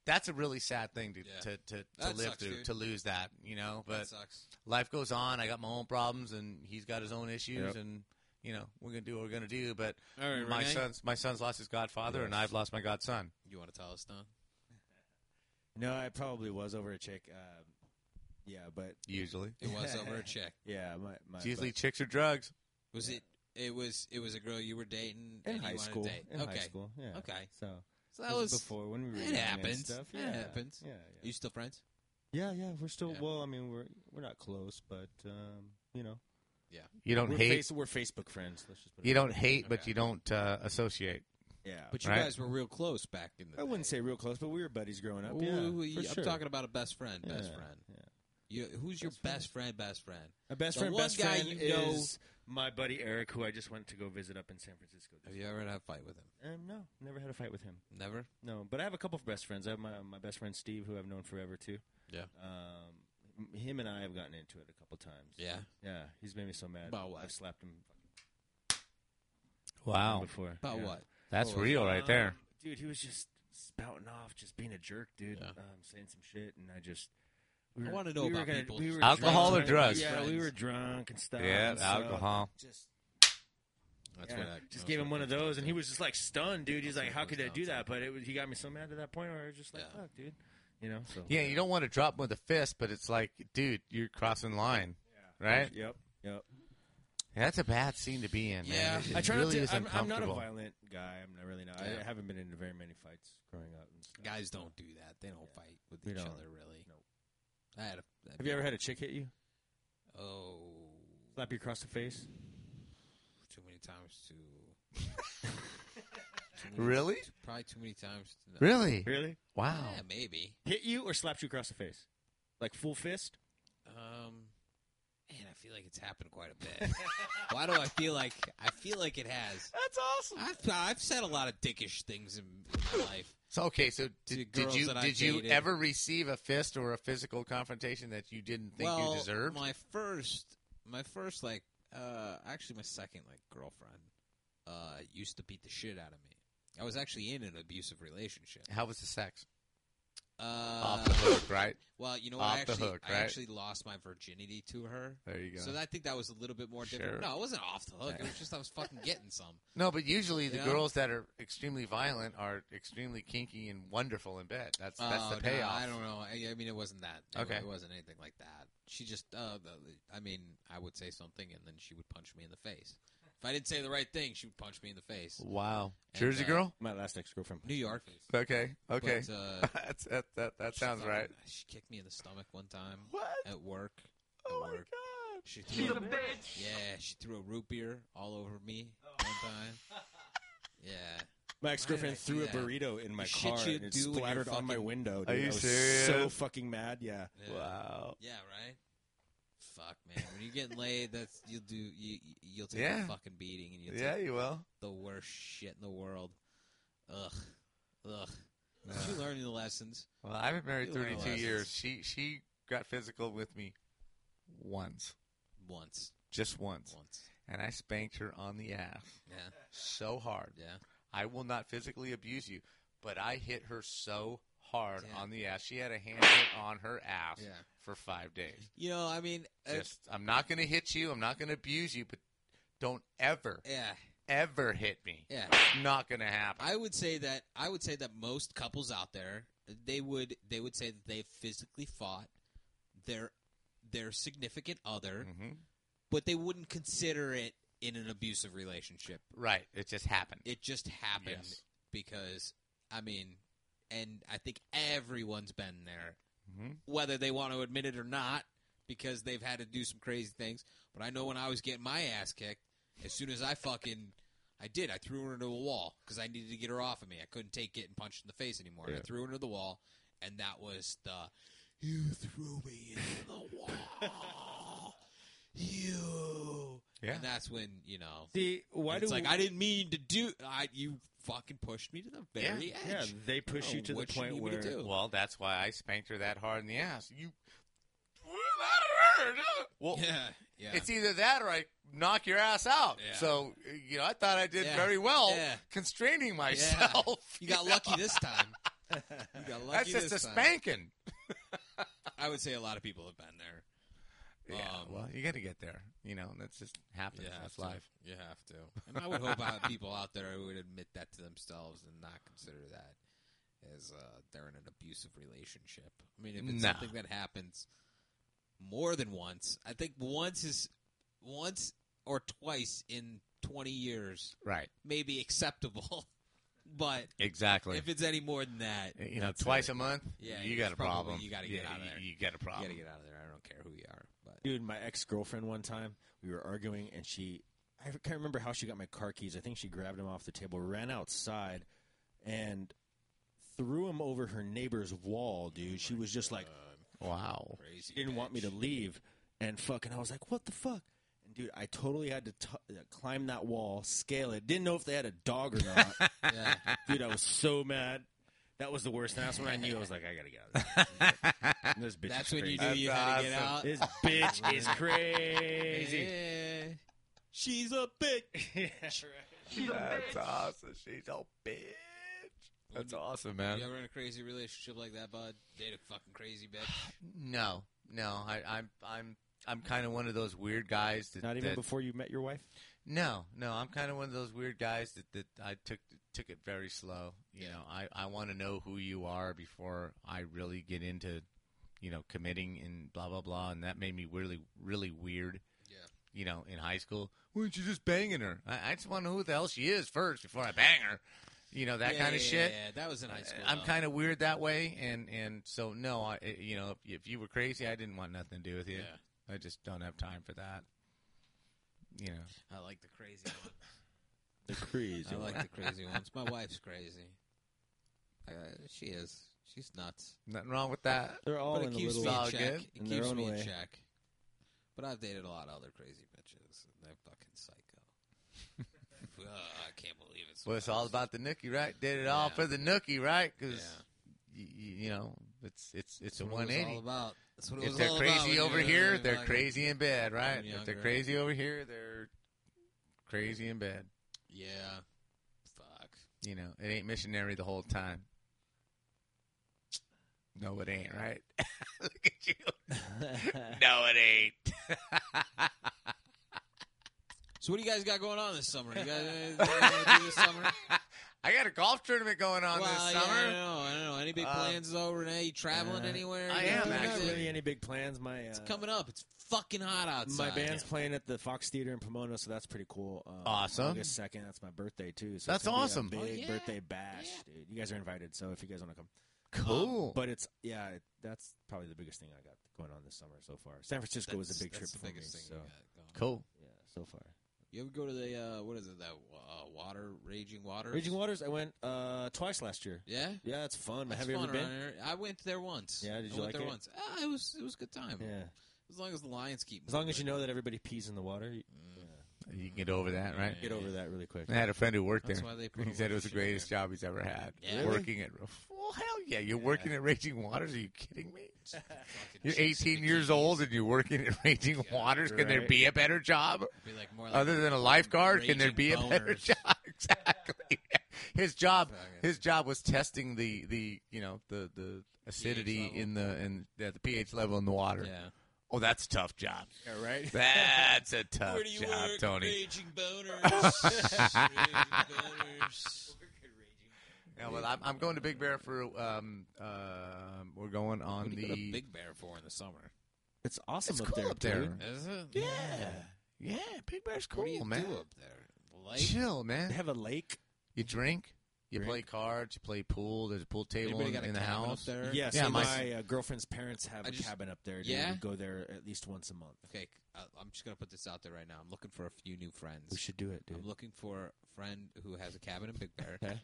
Speaker 2: that's a really sad thing to
Speaker 1: Yeah.
Speaker 2: to, to, to
Speaker 1: That
Speaker 2: live
Speaker 1: sucks,
Speaker 2: through,
Speaker 1: dude.
Speaker 2: to lose that, you know.
Speaker 1: that
Speaker 2: But
Speaker 1: sucks.
Speaker 2: life goes on. I got my own problems, and he's got his own issues,
Speaker 3: Yep.
Speaker 2: and you know we're gonna do what we're gonna do. But
Speaker 1: All right,
Speaker 2: my
Speaker 1: Renee.
Speaker 2: son's my son's lost his godfather, and
Speaker 3: Yes.
Speaker 2: I've lost my godson.
Speaker 1: You want to tell us, Don?
Speaker 3: No, I probably was over a chick. Um, yeah, but
Speaker 2: Usually,
Speaker 1: It was over a check.
Speaker 3: yeah, my, my
Speaker 2: it's usually chicks or drugs.
Speaker 1: Was it? It was. It was a girl you were dating
Speaker 3: but in
Speaker 1: and
Speaker 3: high
Speaker 1: you wanted
Speaker 3: school.
Speaker 1: To date.
Speaker 3: In
Speaker 1: okay.
Speaker 3: high school, yeah.
Speaker 1: Okay.
Speaker 3: So
Speaker 1: So that
Speaker 3: this
Speaker 1: was.
Speaker 3: is before when we were
Speaker 1: it
Speaker 3: young and
Speaker 1: happens.
Speaker 3: Stuff.
Speaker 1: It
Speaker 3: Yeah,
Speaker 1: happens.
Speaker 3: Yeah, yeah.
Speaker 1: You still friends?
Speaker 3: yeah, yeah. We're still
Speaker 1: Yeah.
Speaker 3: well. I mean, we're we're not close, but um, you know,
Speaker 2: You don't
Speaker 3: we're,
Speaker 2: hate.
Speaker 3: face, we're Facebook friends. Let's just put it
Speaker 2: you
Speaker 3: that
Speaker 2: don't hate, but
Speaker 1: Okay.
Speaker 2: you don't uh, associate.
Speaker 3: way. Yeah,
Speaker 1: But you
Speaker 2: Right.
Speaker 1: guys were real close back in the.
Speaker 3: Uh, I wouldn't
Speaker 1: day.
Speaker 3: say real close, but we were buddies growing up.
Speaker 1: Ooh,
Speaker 3: yeah,
Speaker 1: ooh,
Speaker 3: for
Speaker 1: ooh, I'm
Speaker 3: sure.
Speaker 1: talking about a best friend. Best
Speaker 3: Yeah,
Speaker 1: friend.
Speaker 3: yeah.
Speaker 1: You, who's your
Speaker 3: Best friend.
Speaker 1: best friend? Best friend.
Speaker 3: My best
Speaker 1: The
Speaker 3: friend,
Speaker 1: one
Speaker 3: best
Speaker 1: guy
Speaker 3: friend
Speaker 1: you know-
Speaker 3: is my buddy Eric, who I just went to go visit up in San Francisco.
Speaker 1: Have you ever had a fight with him?
Speaker 3: Um, no, never had a fight with him.
Speaker 1: Never.
Speaker 3: No, but I have a couple of best friends. I have my my best friend Steve, who I've known forever too.
Speaker 1: Yeah.
Speaker 3: Um, m- him and I have gotten into it a couple times.
Speaker 1: Yeah.
Speaker 3: Yeah, he's made me so mad.
Speaker 1: About what?
Speaker 3: I've slapped him
Speaker 2: Wow,
Speaker 3: before.
Speaker 1: About
Speaker 3: Yeah.
Speaker 1: what?
Speaker 2: that's
Speaker 1: Well,
Speaker 2: real right there.
Speaker 3: Um, dude. He was just spouting off, just being a jerk, dude.
Speaker 1: Yeah.
Speaker 3: Um, saying some shit, and I just.
Speaker 1: I
Speaker 3: We were,
Speaker 1: wanna know
Speaker 3: we were
Speaker 1: about
Speaker 3: gonna-
Speaker 1: people's
Speaker 3: we were
Speaker 2: Alcohol
Speaker 3: drunk.
Speaker 2: or drugs?
Speaker 3: Yeah, we
Speaker 1: Friends.
Speaker 3: were drunk and
Speaker 1: Uh,
Speaker 3: stuff.
Speaker 2: Yeah,
Speaker 3: and so
Speaker 2: alcohol.
Speaker 3: Just
Speaker 1: That's
Speaker 3: Yeah,
Speaker 1: what I
Speaker 3: just gave him one of those, and he was just like stunned, dude. He's
Speaker 1: That's what
Speaker 3: like, "How
Speaker 1: it
Speaker 3: could
Speaker 1: comes
Speaker 3: I do
Speaker 1: down
Speaker 3: that?"
Speaker 1: to.
Speaker 3: But it was, he got me so mad at that point where I was just like,
Speaker 1: Yeah.
Speaker 3: "Fuck, dude," you know. So
Speaker 2: Yeah, you don't want to drop with a fist, but it's like, dude, you're crossing line, right?
Speaker 3: Yep, yep.
Speaker 2: That's a bad scene to be in.
Speaker 1: Yeah.
Speaker 2: man. It
Speaker 3: I try
Speaker 2: really
Speaker 3: not
Speaker 2: is
Speaker 3: to. I'm, I'm not a
Speaker 2: uncomfortable.
Speaker 3: violent guy. I'm not really not.
Speaker 1: Yeah.
Speaker 3: I haven't been in very many fights growing up. And stuff.
Speaker 1: Guys don't do that. They don't
Speaker 3: Yeah.
Speaker 1: fight with
Speaker 3: We
Speaker 1: each
Speaker 3: don't.
Speaker 1: other really.
Speaker 3: Nope.
Speaker 1: I had a,
Speaker 3: Have you ever had a chick hit you?
Speaker 1: Oh,
Speaker 3: Slap you across the face?
Speaker 1: too many times to. too many-
Speaker 2: Really?
Speaker 1: Probably too many times. To know.
Speaker 2: Really?
Speaker 3: Really?
Speaker 2: Wow.
Speaker 1: Yeah, maybe.
Speaker 3: Hit you or slapped you across the face? Like full fist?
Speaker 1: Um, man, I feel like it's happened quite a bit. Why do I feel like I feel like it has?
Speaker 7: That's awesome.
Speaker 1: I've, I've said a lot of dickish things in, in my life.
Speaker 2: So okay, so
Speaker 1: To
Speaker 2: did, did
Speaker 1: girls
Speaker 2: you
Speaker 1: that I
Speaker 2: did you
Speaker 1: dated.
Speaker 2: ever receive a fist or a physical confrontation that you didn't think
Speaker 1: well,
Speaker 2: you deserved?
Speaker 1: my first, my first like, uh, actually my second like girlfriend, uh, used to beat the shit out of me. I was actually in an abusive relationship.
Speaker 2: How was the sex?
Speaker 1: Uh,
Speaker 2: Off the hook, right?
Speaker 1: well, you know, what?
Speaker 2: Off
Speaker 1: I
Speaker 2: the
Speaker 1: actually,
Speaker 2: hook,
Speaker 1: I
Speaker 2: right?
Speaker 1: actually lost my virginity to her.
Speaker 2: There you go.
Speaker 1: So I think that was a little bit more different.
Speaker 2: Sure.
Speaker 1: No, it wasn't off the hook. It was just I was fucking getting some.
Speaker 2: no, but usually the
Speaker 1: Yeah.
Speaker 2: girls that are extremely violent are extremely kinky and wonderful in bed. That's that's
Speaker 1: Oh,
Speaker 2: the
Speaker 1: no,
Speaker 2: payoff.
Speaker 1: I don't know. I, I mean, it wasn't that. It,
Speaker 2: Okay.
Speaker 1: It wasn't anything like that. She just, uh, the, I mean, I would say something and then she would punch me in the face. If I didn't say the right thing, she would punch me in the face.
Speaker 2: Wow,
Speaker 1: And,
Speaker 2: Jersey
Speaker 1: uh,
Speaker 2: girl.
Speaker 3: My last ex girlfriend.
Speaker 1: New York.
Speaker 2: Okay, okay,
Speaker 1: But, uh,
Speaker 2: that's, that that that
Speaker 1: she
Speaker 2: sounds
Speaker 1: fucking-
Speaker 2: right.
Speaker 1: She kicked me in the stomach one time
Speaker 7: What?
Speaker 1: at work. At
Speaker 7: Oh my
Speaker 1: work.
Speaker 7: god.
Speaker 1: She threw a, bitch. Yeah, she threw a root beer all over me one time. Yeah.
Speaker 3: My ex girlfriend
Speaker 1: Why did I
Speaker 3: threw
Speaker 1: do
Speaker 3: a
Speaker 1: that?
Speaker 3: burrito in my
Speaker 1: The shit
Speaker 3: car
Speaker 1: you
Speaker 3: and it
Speaker 1: do when you're
Speaker 3: splattered on my
Speaker 1: fucking-
Speaker 3: window. Dude.
Speaker 2: Are you
Speaker 3: I was so
Speaker 2: serious?
Speaker 3: fucking mad. Yeah.
Speaker 1: yeah.
Speaker 2: Wow.
Speaker 1: Yeah, right. Fuck, man. When you're getting laid, that's you'll do. You you- you'll take
Speaker 2: Yeah.
Speaker 1: a fucking beating, and you'll
Speaker 2: Yeah,
Speaker 1: take
Speaker 2: you will.
Speaker 1: the worst shit in the world. Ugh, ugh. But you learn the lessons.
Speaker 2: Well, I've been married
Speaker 1: You learn
Speaker 2: 32
Speaker 1: lessons.
Speaker 2: years. She she got physical with me once,
Speaker 1: Once,
Speaker 2: just once,
Speaker 1: once.
Speaker 2: and I spanked her on the ass
Speaker 1: Yeah,
Speaker 2: so hard.
Speaker 1: yeah.
Speaker 2: I will not physically abuse you, but I hit her so hard
Speaker 1: Yeah.
Speaker 2: on the ass. She had a handprint on her ass
Speaker 1: Yeah.
Speaker 2: for five days.
Speaker 1: You know, I mean, it's
Speaker 2: Just, I'm not going to hit you. I'm not going to abuse you, but don't ever,
Speaker 1: yeah,
Speaker 2: ever hit me.
Speaker 1: yeah.
Speaker 2: Not going to happen.
Speaker 1: I would say that I would say that most couples out there they would they would say that they've physically fought their their significant other,
Speaker 2: hmm
Speaker 1: but they wouldn't consider it in an abusive relationship.
Speaker 2: Right. It just happened.
Speaker 1: it just happened
Speaker 2: Yes.
Speaker 1: because I mean, and I think everyone's been there,
Speaker 2: hmm
Speaker 1: whether they want to admit it or not, because they've had to do some crazy things. But I know when I was getting my ass kicked, as soon as I fucking, I did, I threw her into a wall because I needed to get her off of me. I couldn't take getting punched in the face anymore. I threw her into the wall, and that was the you threw me into the wall. You.
Speaker 2: Yeah.
Speaker 1: And that's when, you know,
Speaker 3: See, why
Speaker 1: it's
Speaker 3: do
Speaker 1: like I didn't mean to do. I you fucking pushed me to the very
Speaker 3: Yeah,
Speaker 1: edge.
Speaker 3: they push
Speaker 1: Oh,
Speaker 3: you to the
Speaker 1: what you
Speaker 3: point
Speaker 1: need me to
Speaker 3: where
Speaker 1: do?
Speaker 2: Well, that's why I spanked her that hard in the ass. You. That hurt. Well,
Speaker 1: yeah, yeah.
Speaker 2: it's either that or I knock your ass out.
Speaker 1: Yeah.
Speaker 2: So, you know, I thought I did
Speaker 1: Yeah.
Speaker 2: very well
Speaker 1: Yeah.
Speaker 2: constraining myself.
Speaker 1: you got lucky this time. You got
Speaker 2: That's
Speaker 1: lucky
Speaker 2: just a
Speaker 1: this time.
Speaker 2: spanking.
Speaker 1: I would say a lot of people have been there. Um,
Speaker 2: well, you got to get there. You know, that's just happens.
Speaker 1: You have
Speaker 2: that's
Speaker 1: to.
Speaker 2: life.
Speaker 1: You have to. And I would hope out people out there would admit that to themselves and not consider that as uh, they're in an abusive relationship. I mean, if it's
Speaker 2: No.
Speaker 1: something that happens more than once, I think once is once or twice in twenty years
Speaker 2: Right.
Speaker 1: may be acceptable, but
Speaker 2: Exactly. Uh,
Speaker 1: if it's any more than that,
Speaker 2: you know, twice a month,
Speaker 1: Yeah,
Speaker 2: you
Speaker 1: it's
Speaker 2: got a
Speaker 1: probably-
Speaker 2: problem.
Speaker 1: you gotta get
Speaker 2: Yeah,
Speaker 1: out of
Speaker 2: you-
Speaker 1: there.
Speaker 2: You got a
Speaker 1: you
Speaker 2: problem.
Speaker 1: gotta get out of there. I don't care who you are, but
Speaker 3: Dude, my ex girlfriend one time, we were arguing, and she, I can't remember how she got my car keys. I think she grabbed them off the table, ran outside, and threw them over her neighbor's wall, dude. She was just like,
Speaker 2: Wow.
Speaker 1: crazy.
Speaker 3: she didn't want me to
Speaker 1: bitch.
Speaker 3: leave, and fucking, I was like, what the fuck? And dude, I totally had to t- uh, climb that wall, scale it. Didn't know if they had a dog or not.
Speaker 1: Yeah.
Speaker 3: dude, I was so mad. That was the worst, and that's when I knew I was like, I gotta get out. Of this, this bitch
Speaker 1: That's
Speaker 3: is
Speaker 1: when you
Speaker 3: crazy.
Speaker 1: knew you
Speaker 2: That's
Speaker 1: had to get
Speaker 2: awesome.
Speaker 1: out.
Speaker 3: This bitch is crazy.
Speaker 1: Yeah. She's a bitch.
Speaker 2: That's awesome. She's a bitch. That's awesome, man.
Speaker 1: You ever in a crazy relationship like that, bud? Date a fucking crazy bitch.
Speaker 2: No, no. I, I'm, I'm, I'm kind of one of those weird guys that.
Speaker 3: Not even
Speaker 2: that-
Speaker 3: before you met your wife.
Speaker 2: No, no. I'm kind of one of those weird guys that, that I took took it very slow. You
Speaker 1: Yeah.
Speaker 2: know, I, I want to know who you are before I really get into, you know, committing and blah blah blah. And that made me really really weird.
Speaker 1: Yeah.
Speaker 2: You know, in high school, weren't you just banging her? I, I just want to know who the hell she is first before I bang her. You know that
Speaker 1: Yeah,
Speaker 2: kind of
Speaker 1: yeah,
Speaker 2: shit.
Speaker 1: Yeah, that was in high school.
Speaker 2: I'm
Speaker 1: though.
Speaker 2: kind of weird that way, and and so no, I it- you know if, if you were crazy, I didn't want nothing to do with you.
Speaker 1: Yeah.
Speaker 2: I just don't have time for that. You know,
Speaker 1: I like the crazy ones.
Speaker 3: The crazy.
Speaker 1: I like the crazy ones. My wife's crazy. Uh, she is. She's nuts.
Speaker 2: nothing wrong with that.
Speaker 3: They're all
Speaker 1: But
Speaker 3: in
Speaker 1: it
Speaker 3: a
Speaker 1: keeps
Speaker 3: little.
Speaker 1: me in
Speaker 2: All
Speaker 1: check.
Speaker 2: good.
Speaker 1: It
Speaker 3: In their
Speaker 1: keeps
Speaker 3: own
Speaker 1: me in
Speaker 3: way.
Speaker 1: check. But I've dated a lot of other crazy bitches, and they're fucking psycho. Ugh, I can't believe it.
Speaker 2: Well, it's all
Speaker 1: sometimes.
Speaker 2: about the nookie, right? Did it all
Speaker 1: Yeah.
Speaker 2: for the nookie, right? Because
Speaker 1: Yeah.
Speaker 2: you know it's it's it's a
Speaker 1: That's what it was
Speaker 2: 180.
Speaker 1: all about. That's what it
Speaker 2: If
Speaker 1: was
Speaker 2: they're
Speaker 1: all about when
Speaker 2: crazy
Speaker 1: you
Speaker 2: over
Speaker 1: were
Speaker 2: here,
Speaker 1: really
Speaker 2: they're
Speaker 1: fucking-
Speaker 2: crazy in bed, right?
Speaker 1: when
Speaker 2: If they're
Speaker 1: younger.
Speaker 2: crazy over here, they're crazy in bed.
Speaker 1: Yeah. Fuck.
Speaker 2: You know, it ain't missionary the whole time. No, it ain't, right? Look at you. No, it ain't.
Speaker 1: So what do you guys got going on this summer? You guys anything you wanna do this summer?
Speaker 2: I got a golf tournament going on
Speaker 1: well,
Speaker 2: this
Speaker 1: yeah, I
Speaker 2: summer.
Speaker 1: don't know. I don't know. Any big
Speaker 2: Um,
Speaker 1: plans though, Renee? You traveling
Speaker 3: uh,
Speaker 1: anywhere?
Speaker 2: I
Speaker 1: You
Speaker 2: am,
Speaker 1: doing
Speaker 3: Not
Speaker 2: actually.
Speaker 1: anything?
Speaker 3: really any big plans. My uh,
Speaker 1: It's coming up. It's fucking hot outside.
Speaker 3: My band's playing at the Fox Theater in Pomona, so that's pretty cool. Um,
Speaker 2: Awesome.
Speaker 3: August second, that's my birthday too. So
Speaker 2: That's
Speaker 3: it's gonna be a
Speaker 2: awesome.
Speaker 3: Big
Speaker 1: Oh, yeah.
Speaker 3: birthday bash, dude. You guys are invited, so if you guys want to come, Um,
Speaker 2: Cool.
Speaker 3: But it's yeah, it- that's probably the biggest thing I got going on this summer so far. San Francisco was a big trip
Speaker 1: that's
Speaker 3: for
Speaker 1: the
Speaker 3: me.
Speaker 1: biggest thing
Speaker 3: so
Speaker 1: you got going.
Speaker 2: cool.
Speaker 3: yeah, so far.
Speaker 1: You ever go to the uh, what is it that uh, water raging waters?
Speaker 3: Raging Waters, I went uh, twice last year.
Speaker 1: Yeah,
Speaker 3: Yeah, it's fun.
Speaker 1: That's
Speaker 3: Have you
Speaker 1: fun
Speaker 3: ever been?
Speaker 1: around here. I went there once.
Speaker 3: Yeah, did
Speaker 1: I
Speaker 3: you
Speaker 1: went
Speaker 3: like
Speaker 1: there
Speaker 3: it?
Speaker 1: once. Ah, it was it was a good time.
Speaker 3: Yeah,
Speaker 1: As long as the lions keep.
Speaker 3: as long as you know that everybody pees in the water, you
Speaker 1: Mm.
Speaker 2: You can get over that, right?
Speaker 3: get over that really quick.
Speaker 2: I had a friend who worked
Speaker 1: That's
Speaker 2: there.
Speaker 1: why they put
Speaker 2: He
Speaker 1: a
Speaker 2: said
Speaker 1: lot
Speaker 2: it
Speaker 1: of
Speaker 2: was the
Speaker 1: shit in
Speaker 2: greatest job he's ever had.
Speaker 1: Yeah. Really?
Speaker 2: Working at well, hell yeah, you're working at Raging Waters. Are you kidding me?
Speaker 1: Fucking
Speaker 2: You're
Speaker 1: chicks in
Speaker 2: 18 years
Speaker 1: bikinis.
Speaker 2: old and you're working at Raging
Speaker 1: Yeah,
Speaker 2: Waters. Can there
Speaker 3: right.
Speaker 2: be a better job
Speaker 1: Be like more like
Speaker 2: other than a lifeguard? Can there
Speaker 1: raging
Speaker 2: be a better
Speaker 1: boners.
Speaker 2: job? Exactly. His job,
Speaker 1: Fucking-
Speaker 2: his job was testing the the you know the the acidity
Speaker 1: level.
Speaker 2: in the in the, the pH level in the water.
Speaker 1: Yeah.
Speaker 2: Oh, that's a tough job.
Speaker 3: Yeah, right.
Speaker 2: That's a tough
Speaker 1: Where do you
Speaker 2: job,
Speaker 1: work?
Speaker 2: Tony.
Speaker 1: Raging boners. raging boners.
Speaker 2: Yeah, well, I'm, I'm going to Big Bear for um uh we're going on
Speaker 1: What do you go to
Speaker 2: the
Speaker 1: Big Bear for in the summer?
Speaker 3: It's awesome
Speaker 2: It's
Speaker 3: up
Speaker 2: cool
Speaker 3: there.
Speaker 2: up there.
Speaker 3: dude.
Speaker 1: Is it?
Speaker 2: yeah yeah Big Bear's cool
Speaker 1: what do you
Speaker 2: man.
Speaker 1: do up there? Like,
Speaker 2: Chill
Speaker 3: They
Speaker 2: man.
Speaker 3: have a lake.
Speaker 2: You drink, you
Speaker 3: Drink.
Speaker 2: play cards, you play pool. There's a pool table
Speaker 1: anybody
Speaker 2: in,
Speaker 1: got a
Speaker 2: in the
Speaker 1: cabin
Speaker 2: house.
Speaker 1: up there?
Speaker 3: Yeah,
Speaker 2: Yeah,
Speaker 3: so
Speaker 2: my-
Speaker 3: my, uh, girlfriend's parents have
Speaker 1: I
Speaker 3: a
Speaker 1: just-
Speaker 3: cabin up there. dude.
Speaker 1: Yeah?
Speaker 3: We go there at least once a month.
Speaker 1: Okay, I, I'm just gonna put this out there right now. I'm looking for a few new friends.
Speaker 3: We should do it, dude.
Speaker 1: I'm looking for a friend who has a cabin in Big Bear.
Speaker 3: Okay.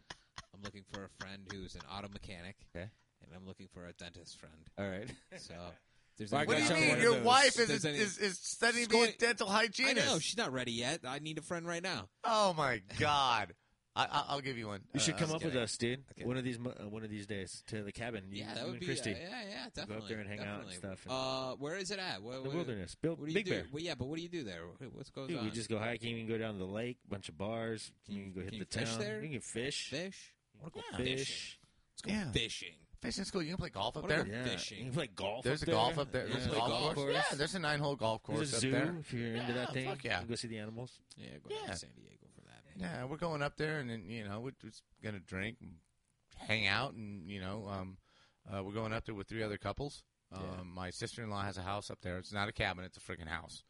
Speaker 1: I'm looking for a friend who's an auto mechanic.
Speaker 3: Okay.
Speaker 1: And I'm looking for a dentist friend.
Speaker 3: All right.
Speaker 1: So, if there's
Speaker 3: Well, I
Speaker 1: anybody
Speaker 2: What do
Speaker 3: got
Speaker 1: out
Speaker 2: you
Speaker 3: you
Speaker 1: there-
Speaker 2: mean?
Speaker 3: one
Speaker 2: Your
Speaker 3: of those.
Speaker 2: wife is,
Speaker 1: There's any-
Speaker 2: is is studying
Speaker 1: She's
Speaker 2: to be a
Speaker 1: going-
Speaker 2: dental
Speaker 1: I
Speaker 2: hygienist.
Speaker 1: know she's not ready yet. I need a friend right now.
Speaker 2: Oh my god! I, I, I'll give you one.
Speaker 3: You should
Speaker 2: Uh,
Speaker 3: come
Speaker 1: just
Speaker 3: up with
Speaker 1: kidding.
Speaker 3: us, dude.
Speaker 1: Okay.
Speaker 3: One of these, mo- uh, one of these days to the cabin. You,
Speaker 1: yeah,
Speaker 3: you
Speaker 1: that would
Speaker 3: and
Speaker 1: be
Speaker 3: Christy.
Speaker 1: uh, yeah, yeah, definitely.
Speaker 3: there and hang out and
Speaker 1: definitely.
Speaker 3: stuff and-
Speaker 1: Uh, where is it at? What,
Speaker 3: the
Speaker 1: what-
Speaker 3: wilderness. Build
Speaker 1: What do you
Speaker 3: Big
Speaker 1: do?
Speaker 3: Bear.
Speaker 1: Well, yeah, but what do you do there? What- What's going
Speaker 3: Dude,
Speaker 1: on?
Speaker 3: we just go hiking. We can go down to the lake, bunch of bars.
Speaker 1: Can
Speaker 3: You
Speaker 1: you-
Speaker 3: can go hit
Speaker 1: can you
Speaker 3: the
Speaker 1: fish
Speaker 3: town.
Speaker 1: there?
Speaker 3: You can fish.
Speaker 1: fish.
Speaker 3: You can
Speaker 1: Yeah.
Speaker 3: go
Speaker 1: Fishing.
Speaker 3: fish.
Speaker 1: Let's go
Speaker 2: Yeah.
Speaker 1: fishing.
Speaker 2: Fishing school. You can play golf up
Speaker 1: What about-
Speaker 2: there.
Speaker 3: Yeah.
Speaker 1: Fishing.
Speaker 3: You can play golf.
Speaker 2: There's
Speaker 3: up
Speaker 2: a golf up there.
Speaker 1: Yeah.
Speaker 2: There's a
Speaker 1: Play
Speaker 2: golf,
Speaker 1: golf
Speaker 2: course.
Speaker 3: course.
Speaker 2: Yeah, there's a nine hole golf course
Speaker 3: There's a
Speaker 2: up
Speaker 3: zoo
Speaker 2: there.
Speaker 3: if you're into
Speaker 2: Yeah,
Speaker 3: that thing.
Speaker 2: fuck yeah.
Speaker 3: You can go see the animals.
Speaker 1: Yeah, go down
Speaker 2: Yeah.
Speaker 1: to San Diego for that. man.
Speaker 2: Yeah, we're going up there, and then you know we're just gonna drink, and hang out, and you know, um, uh, we're going up there with three other couples. Um,
Speaker 3: Yeah.
Speaker 2: My sister in law has a house up there. It's not a cabin; it's a freaking house.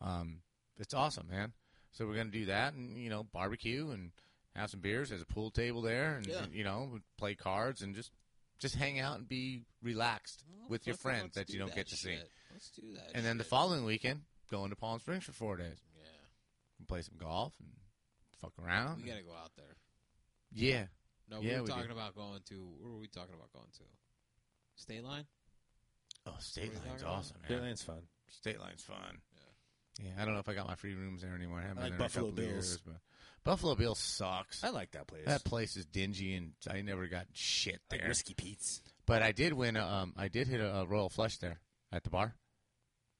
Speaker 2: Um, it's awesome, man. So we're gonna do that, and you know, barbecue and have some beers. There's a pool table there, and,
Speaker 1: Yeah.
Speaker 2: and, you know, we play cards and just just hang out and be relaxed
Speaker 1: Well,
Speaker 2: with your
Speaker 1: fucking
Speaker 2: friends
Speaker 1: let's
Speaker 2: that
Speaker 1: do
Speaker 2: you don't
Speaker 1: that
Speaker 2: get to see.
Speaker 1: shit. Let's do that.
Speaker 2: And then the
Speaker 1: shit.
Speaker 2: following weekend, going to Palm Springs for four days.
Speaker 1: Yeah,
Speaker 2: Play some golf and fuck around.
Speaker 1: we gotta go out there.
Speaker 2: yeah.
Speaker 1: No,
Speaker 2: Yeah,
Speaker 1: we
Speaker 2: we
Speaker 1: were
Speaker 2: do.
Speaker 1: talking about going to. Where were we talking about going to? State line.
Speaker 2: Oh, state
Speaker 1: What are you
Speaker 2: line's
Speaker 1: talking about?
Speaker 2: awesome, man.
Speaker 3: Fairland's fun.
Speaker 2: State line's fun. Yeah. I don't know if I got my free rooms there anymore. I haven't
Speaker 3: I
Speaker 2: been
Speaker 3: like
Speaker 2: there
Speaker 3: Buffalo
Speaker 2: in a couple of
Speaker 3: Bills.
Speaker 2: years, but Buffalo Bills sucks.
Speaker 3: I like that place.
Speaker 2: That place is dingy, and I never got shit
Speaker 3: like
Speaker 2: there.
Speaker 3: Whiskey Pete's.
Speaker 2: but I did win. A, um, I did hit a, a royal flush there at the bar.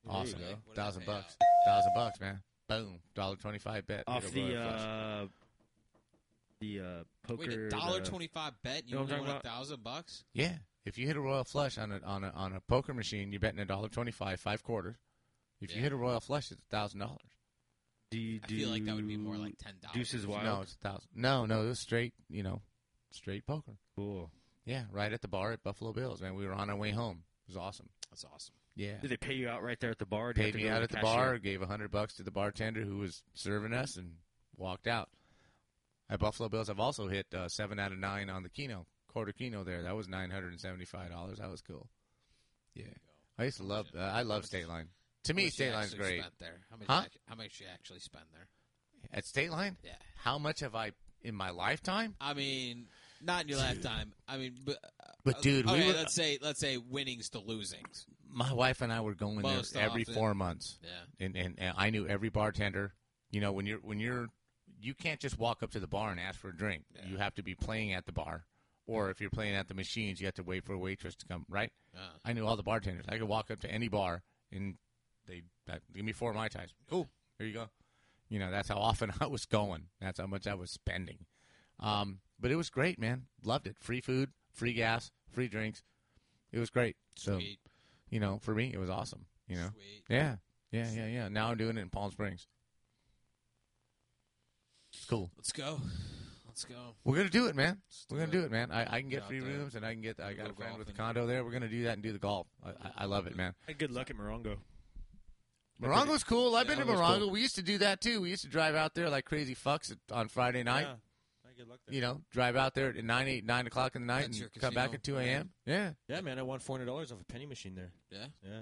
Speaker 3: There you
Speaker 2: Awesome,
Speaker 3: go.
Speaker 1: What did that
Speaker 2: thousand
Speaker 1: pay
Speaker 2: bucks, thousand bucks, man. Boom, dollar twenty-five bet.
Speaker 3: Off
Speaker 2: Hit a
Speaker 3: the
Speaker 2: royal flush.
Speaker 3: uh, the uh, poker.
Speaker 1: Wait, a dollar
Speaker 3: the-
Speaker 1: twenty-five bet. You
Speaker 3: know what
Speaker 1: only
Speaker 3: I'm
Speaker 1: won a
Speaker 3: talking
Speaker 1: thousand bucks.
Speaker 2: yeah. If you hit a royal flush on a on a on a poker machine, you're betting a dollar twenty-five, five quarters. If you
Speaker 1: Yeah.
Speaker 2: hit a royal flush, it's a thousand dollars.
Speaker 3: Do you
Speaker 1: I
Speaker 3: do
Speaker 1: feel like that would be more like ten
Speaker 3: Deuces
Speaker 1: dollars.
Speaker 3: Wild?
Speaker 2: No, it's a thousand. No, no, it was straight. You know, straight poker.
Speaker 3: Cool.
Speaker 2: Yeah, right at the bar at Buffalo Bills, man. We were on our way home. It was awesome.
Speaker 1: That's awesome.
Speaker 2: Yeah.
Speaker 3: Did they pay you out right there at the bar? or do you have
Speaker 2: Paid me
Speaker 3: to go to
Speaker 2: out at the
Speaker 3: cashier?
Speaker 2: bar, gave a hundred bucks to the bartender who was serving us, and walked out. At Buffalo Bills, I've also hit uh, seven out of nine on the Keno quarter Keno there. That was nine hundred and seventy-five dollars. That was cool. Yeah,
Speaker 1: There you go.
Speaker 2: I used to love. Uh, I love State Line. To
Speaker 1: How
Speaker 2: me,
Speaker 1: much you
Speaker 2: State Line's
Speaker 1: actually
Speaker 2: great.
Speaker 1: Spent there. How much?
Speaker 2: Huh?
Speaker 1: you act- How much you actually spend there?
Speaker 2: At State Line,
Speaker 1: Yeah.
Speaker 2: how much have I in my lifetime?
Speaker 1: I mean, not in your lifetime. I mean, but uh,
Speaker 2: But dude, we
Speaker 1: okay,
Speaker 2: were-
Speaker 1: let's say let's say winnings to losings.
Speaker 2: my wife and I were going
Speaker 1: Most
Speaker 2: there every
Speaker 1: often.
Speaker 2: four months,
Speaker 1: Yeah.
Speaker 2: and, and and I knew every bartender. You know, when you're when you're you can't just walk up to the bar and ask for a drink.
Speaker 1: Yeah.
Speaker 2: You have to be playing at the bar, or if you're playing at the machines, you have to wait for a waitress to come. Right?
Speaker 1: Uh,
Speaker 2: I knew all the bartenders. I could walk up to any bar and they uh, give me four mai tais. Cool. Here you go. You know that's how often I was going. That's how much I was spending. Um, but it was great, man. Loved it. Free food, free gas, free drinks. It was great. So
Speaker 1: sweet.
Speaker 2: you know, for me, it was awesome. You know,
Speaker 1: Sweet.
Speaker 2: yeah, yeah, yeah, yeah. Now I'm doing it in Palm Springs. It's cool.
Speaker 1: Let's go. Let's go.
Speaker 2: We're gonna do it, man.
Speaker 1: Let's
Speaker 2: We're gonna do it, man. I, I can
Speaker 1: Get
Speaker 2: get
Speaker 1: out
Speaker 2: free
Speaker 1: there.
Speaker 2: rooms, and I can get. I
Speaker 1: Go
Speaker 2: got a friend with a
Speaker 1: golfing.
Speaker 2: condo there. We're gonna do that and do the golf. I, I, I love it, man.
Speaker 7: Good luck at Morongo.
Speaker 2: Morongo's cool. I've been to
Speaker 1: Morongo's
Speaker 2: Morongo.
Speaker 1: cool.
Speaker 2: We used to do that too. We used to drive out there like crazy fucks at- on Friday night.
Speaker 7: Good luck
Speaker 2: You know, drive out there at nine, eight, nine o'clock in the night,
Speaker 1: That's your
Speaker 2: and come back
Speaker 1: casino.
Speaker 2: at two a.m. Yeah,
Speaker 7: Yeah, man, I won four hundred dollars off a penny machine there.
Speaker 1: Yeah.
Speaker 7: Yeah.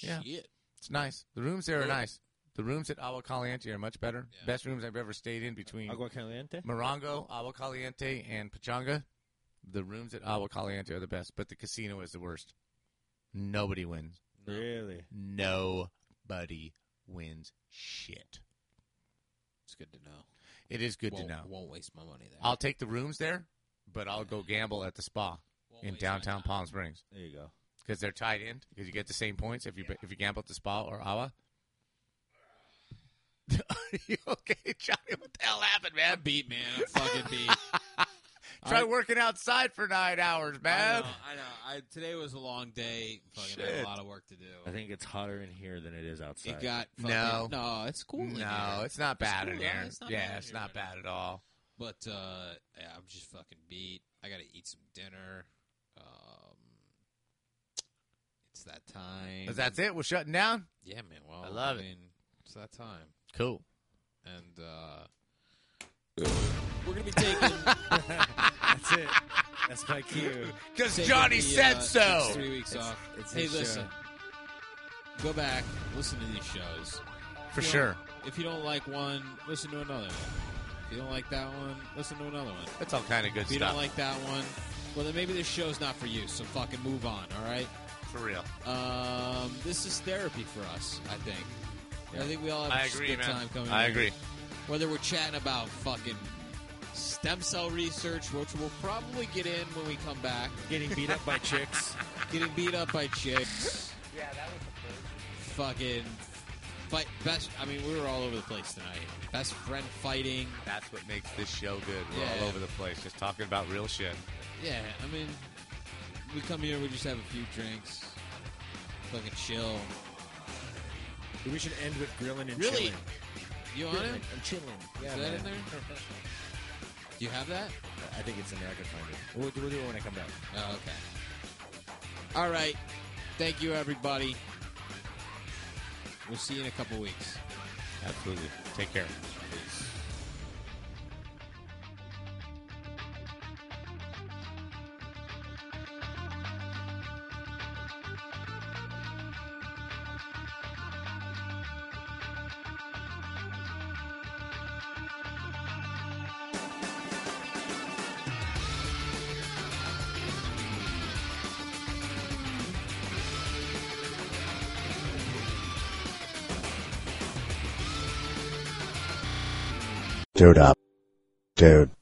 Speaker 2: Yeah.
Speaker 1: Shit.
Speaker 2: it's nice. The rooms there are
Speaker 1: Cool.
Speaker 2: nice. The rooms at Agua Caliente are much better.
Speaker 1: Yeah.
Speaker 2: Best rooms I've ever stayed in between
Speaker 7: Agua Caliente.
Speaker 2: Morongo, Agua Caliente, and Pachanga. The rooms at Agua Caliente are the best, but the casino is the worst. Nobody wins.
Speaker 1: No.
Speaker 7: Really?
Speaker 2: Nobody wins shit.
Speaker 1: It's good to know.
Speaker 2: It is good
Speaker 1: won't,
Speaker 2: to know.
Speaker 1: Won't waste my money there.
Speaker 2: I'll take the rooms there, but I'll go gamble at the spa
Speaker 1: Won't
Speaker 2: in
Speaker 1: waste my
Speaker 2: downtown
Speaker 1: time.
Speaker 2: Palm Springs
Speaker 7: There you go.
Speaker 2: because they're tied in because you get the same points if you if you gamble at the spa or Agua. Are you okay, Johnny? What the hell happened,
Speaker 1: I'm
Speaker 2: man?
Speaker 1: beat, man. I'm fucking beat.
Speaker 2: Try
Speaker 1: I-
Speaker 2: working outside for nine hours,
Speaker 1: I
Speaker 2: man.
Speaker 1: know. I know. I, today was a long day. Fucking I had
Speaker 2: Shit.
Speaker 1: a lot of work to do.
Speaker 3: I think it's hotter in here than it is outside.
Speaker 1: It got fucking,
Speaker 2: No.
Speaker 1: no, it's cool. in
Speaker 2: No,
Speaker 1: here.
Speaker 2: it's not bad
Speaker 1: cool,
Speaker 2: in
Speaker 1: though.
Speaker 2: here.
Speaker 1: It's not bad
Speaker 2: Yeah,
Speaker 1: in
Speaker 2: it's
Speaker 1: here
Speaker 2: not
Speaker 1: right now.
Speaker 2: bad at all.
Speaker 1: But uh, yeah, I'm just fucking beat. I gotta eat some dinner. Um, it's that time.
Speaker 2: But that's it. We're shutting down.
Speaker 1: Yeah, man. Well,
Speaker 2: I love it.
Speaker 1: mean, It's that time,
Speaker 2: Cool.
Speaker 1: and uh, we're gonna be taking
Speaker 7: That's it. That's my cue.
Speaker 2: Because
Speaker 1: taking
Speaker 2: Johnny
Speaker 1: the,
Speaker 2: said
Speaker 1: uh, next
Speaker 2: so.
Speaker 1: Three weeks
Speaker 7: It's-
Speaker 1: off.
Speaker 7: it's
Speaker 1: hey,
Speaker 7: his
Speaker 1: listen. Go back, listen to these shows.
Speaker 2: For
Speaker 1: If you
Speaker 2: sure.
Speaker 1: don't- If you don't like one, listen to another. If you don't like that one, listen to another one.
Speaker 2: That's all kind of good
Speaker 1: If you
Speaker 2: stuff.
Speaker 1: don't like that one, well, then maybe this show's not for you, so fucking move on, all right?
Speaker 2: For real.
Speaker 1: Um, this is therapy for us, I think. I think we all have
Speaker 2: I
Speaker 1: just a
Speaker 2: agree,
Speaker 1: good
Speaker 2: man.
Speaker 1: time coming
Speaker 2: I
Speaker 1: here.
Speaker 2: agree.
Speaker 1: Whether we're chatting about fucking stem cell research, which we'll probably get in when we come back,
Speaker 7: Getting beat up by chicks.
Speaker 1: getting beat up by chicks,
Speaker 5: Yeah, that was a first.
Speaker 1: fucking fight best. I mean, we were all over the place tonight. Best friend fighting.
Speaker 2: That's what makes this show good. We're
Speaker 1: Yeah.
Speaker 2: all over the place, just talking about real shit.
Speaker 1: Yeah, I mean, we come here, we just have a few drinks, fucking chill.
Speaker 7: we should end with grilling and
Speaker 1: Really?
Speaker 7: chilling.
Speaker 1: You on it?
Speaker 7: I'm chilling.
Speaker 1: Is that in there? Do you have that?
Speaker 7: I think it's in there. I can find it. We'll, we'll do it when I come back.
Speaker 1: Oh, okay. All right. Thank you, everybody. We'll see you in a couple weeks.
Speaker 2: Absolutely. Take care.
Speaker 8: Dude up. Dude.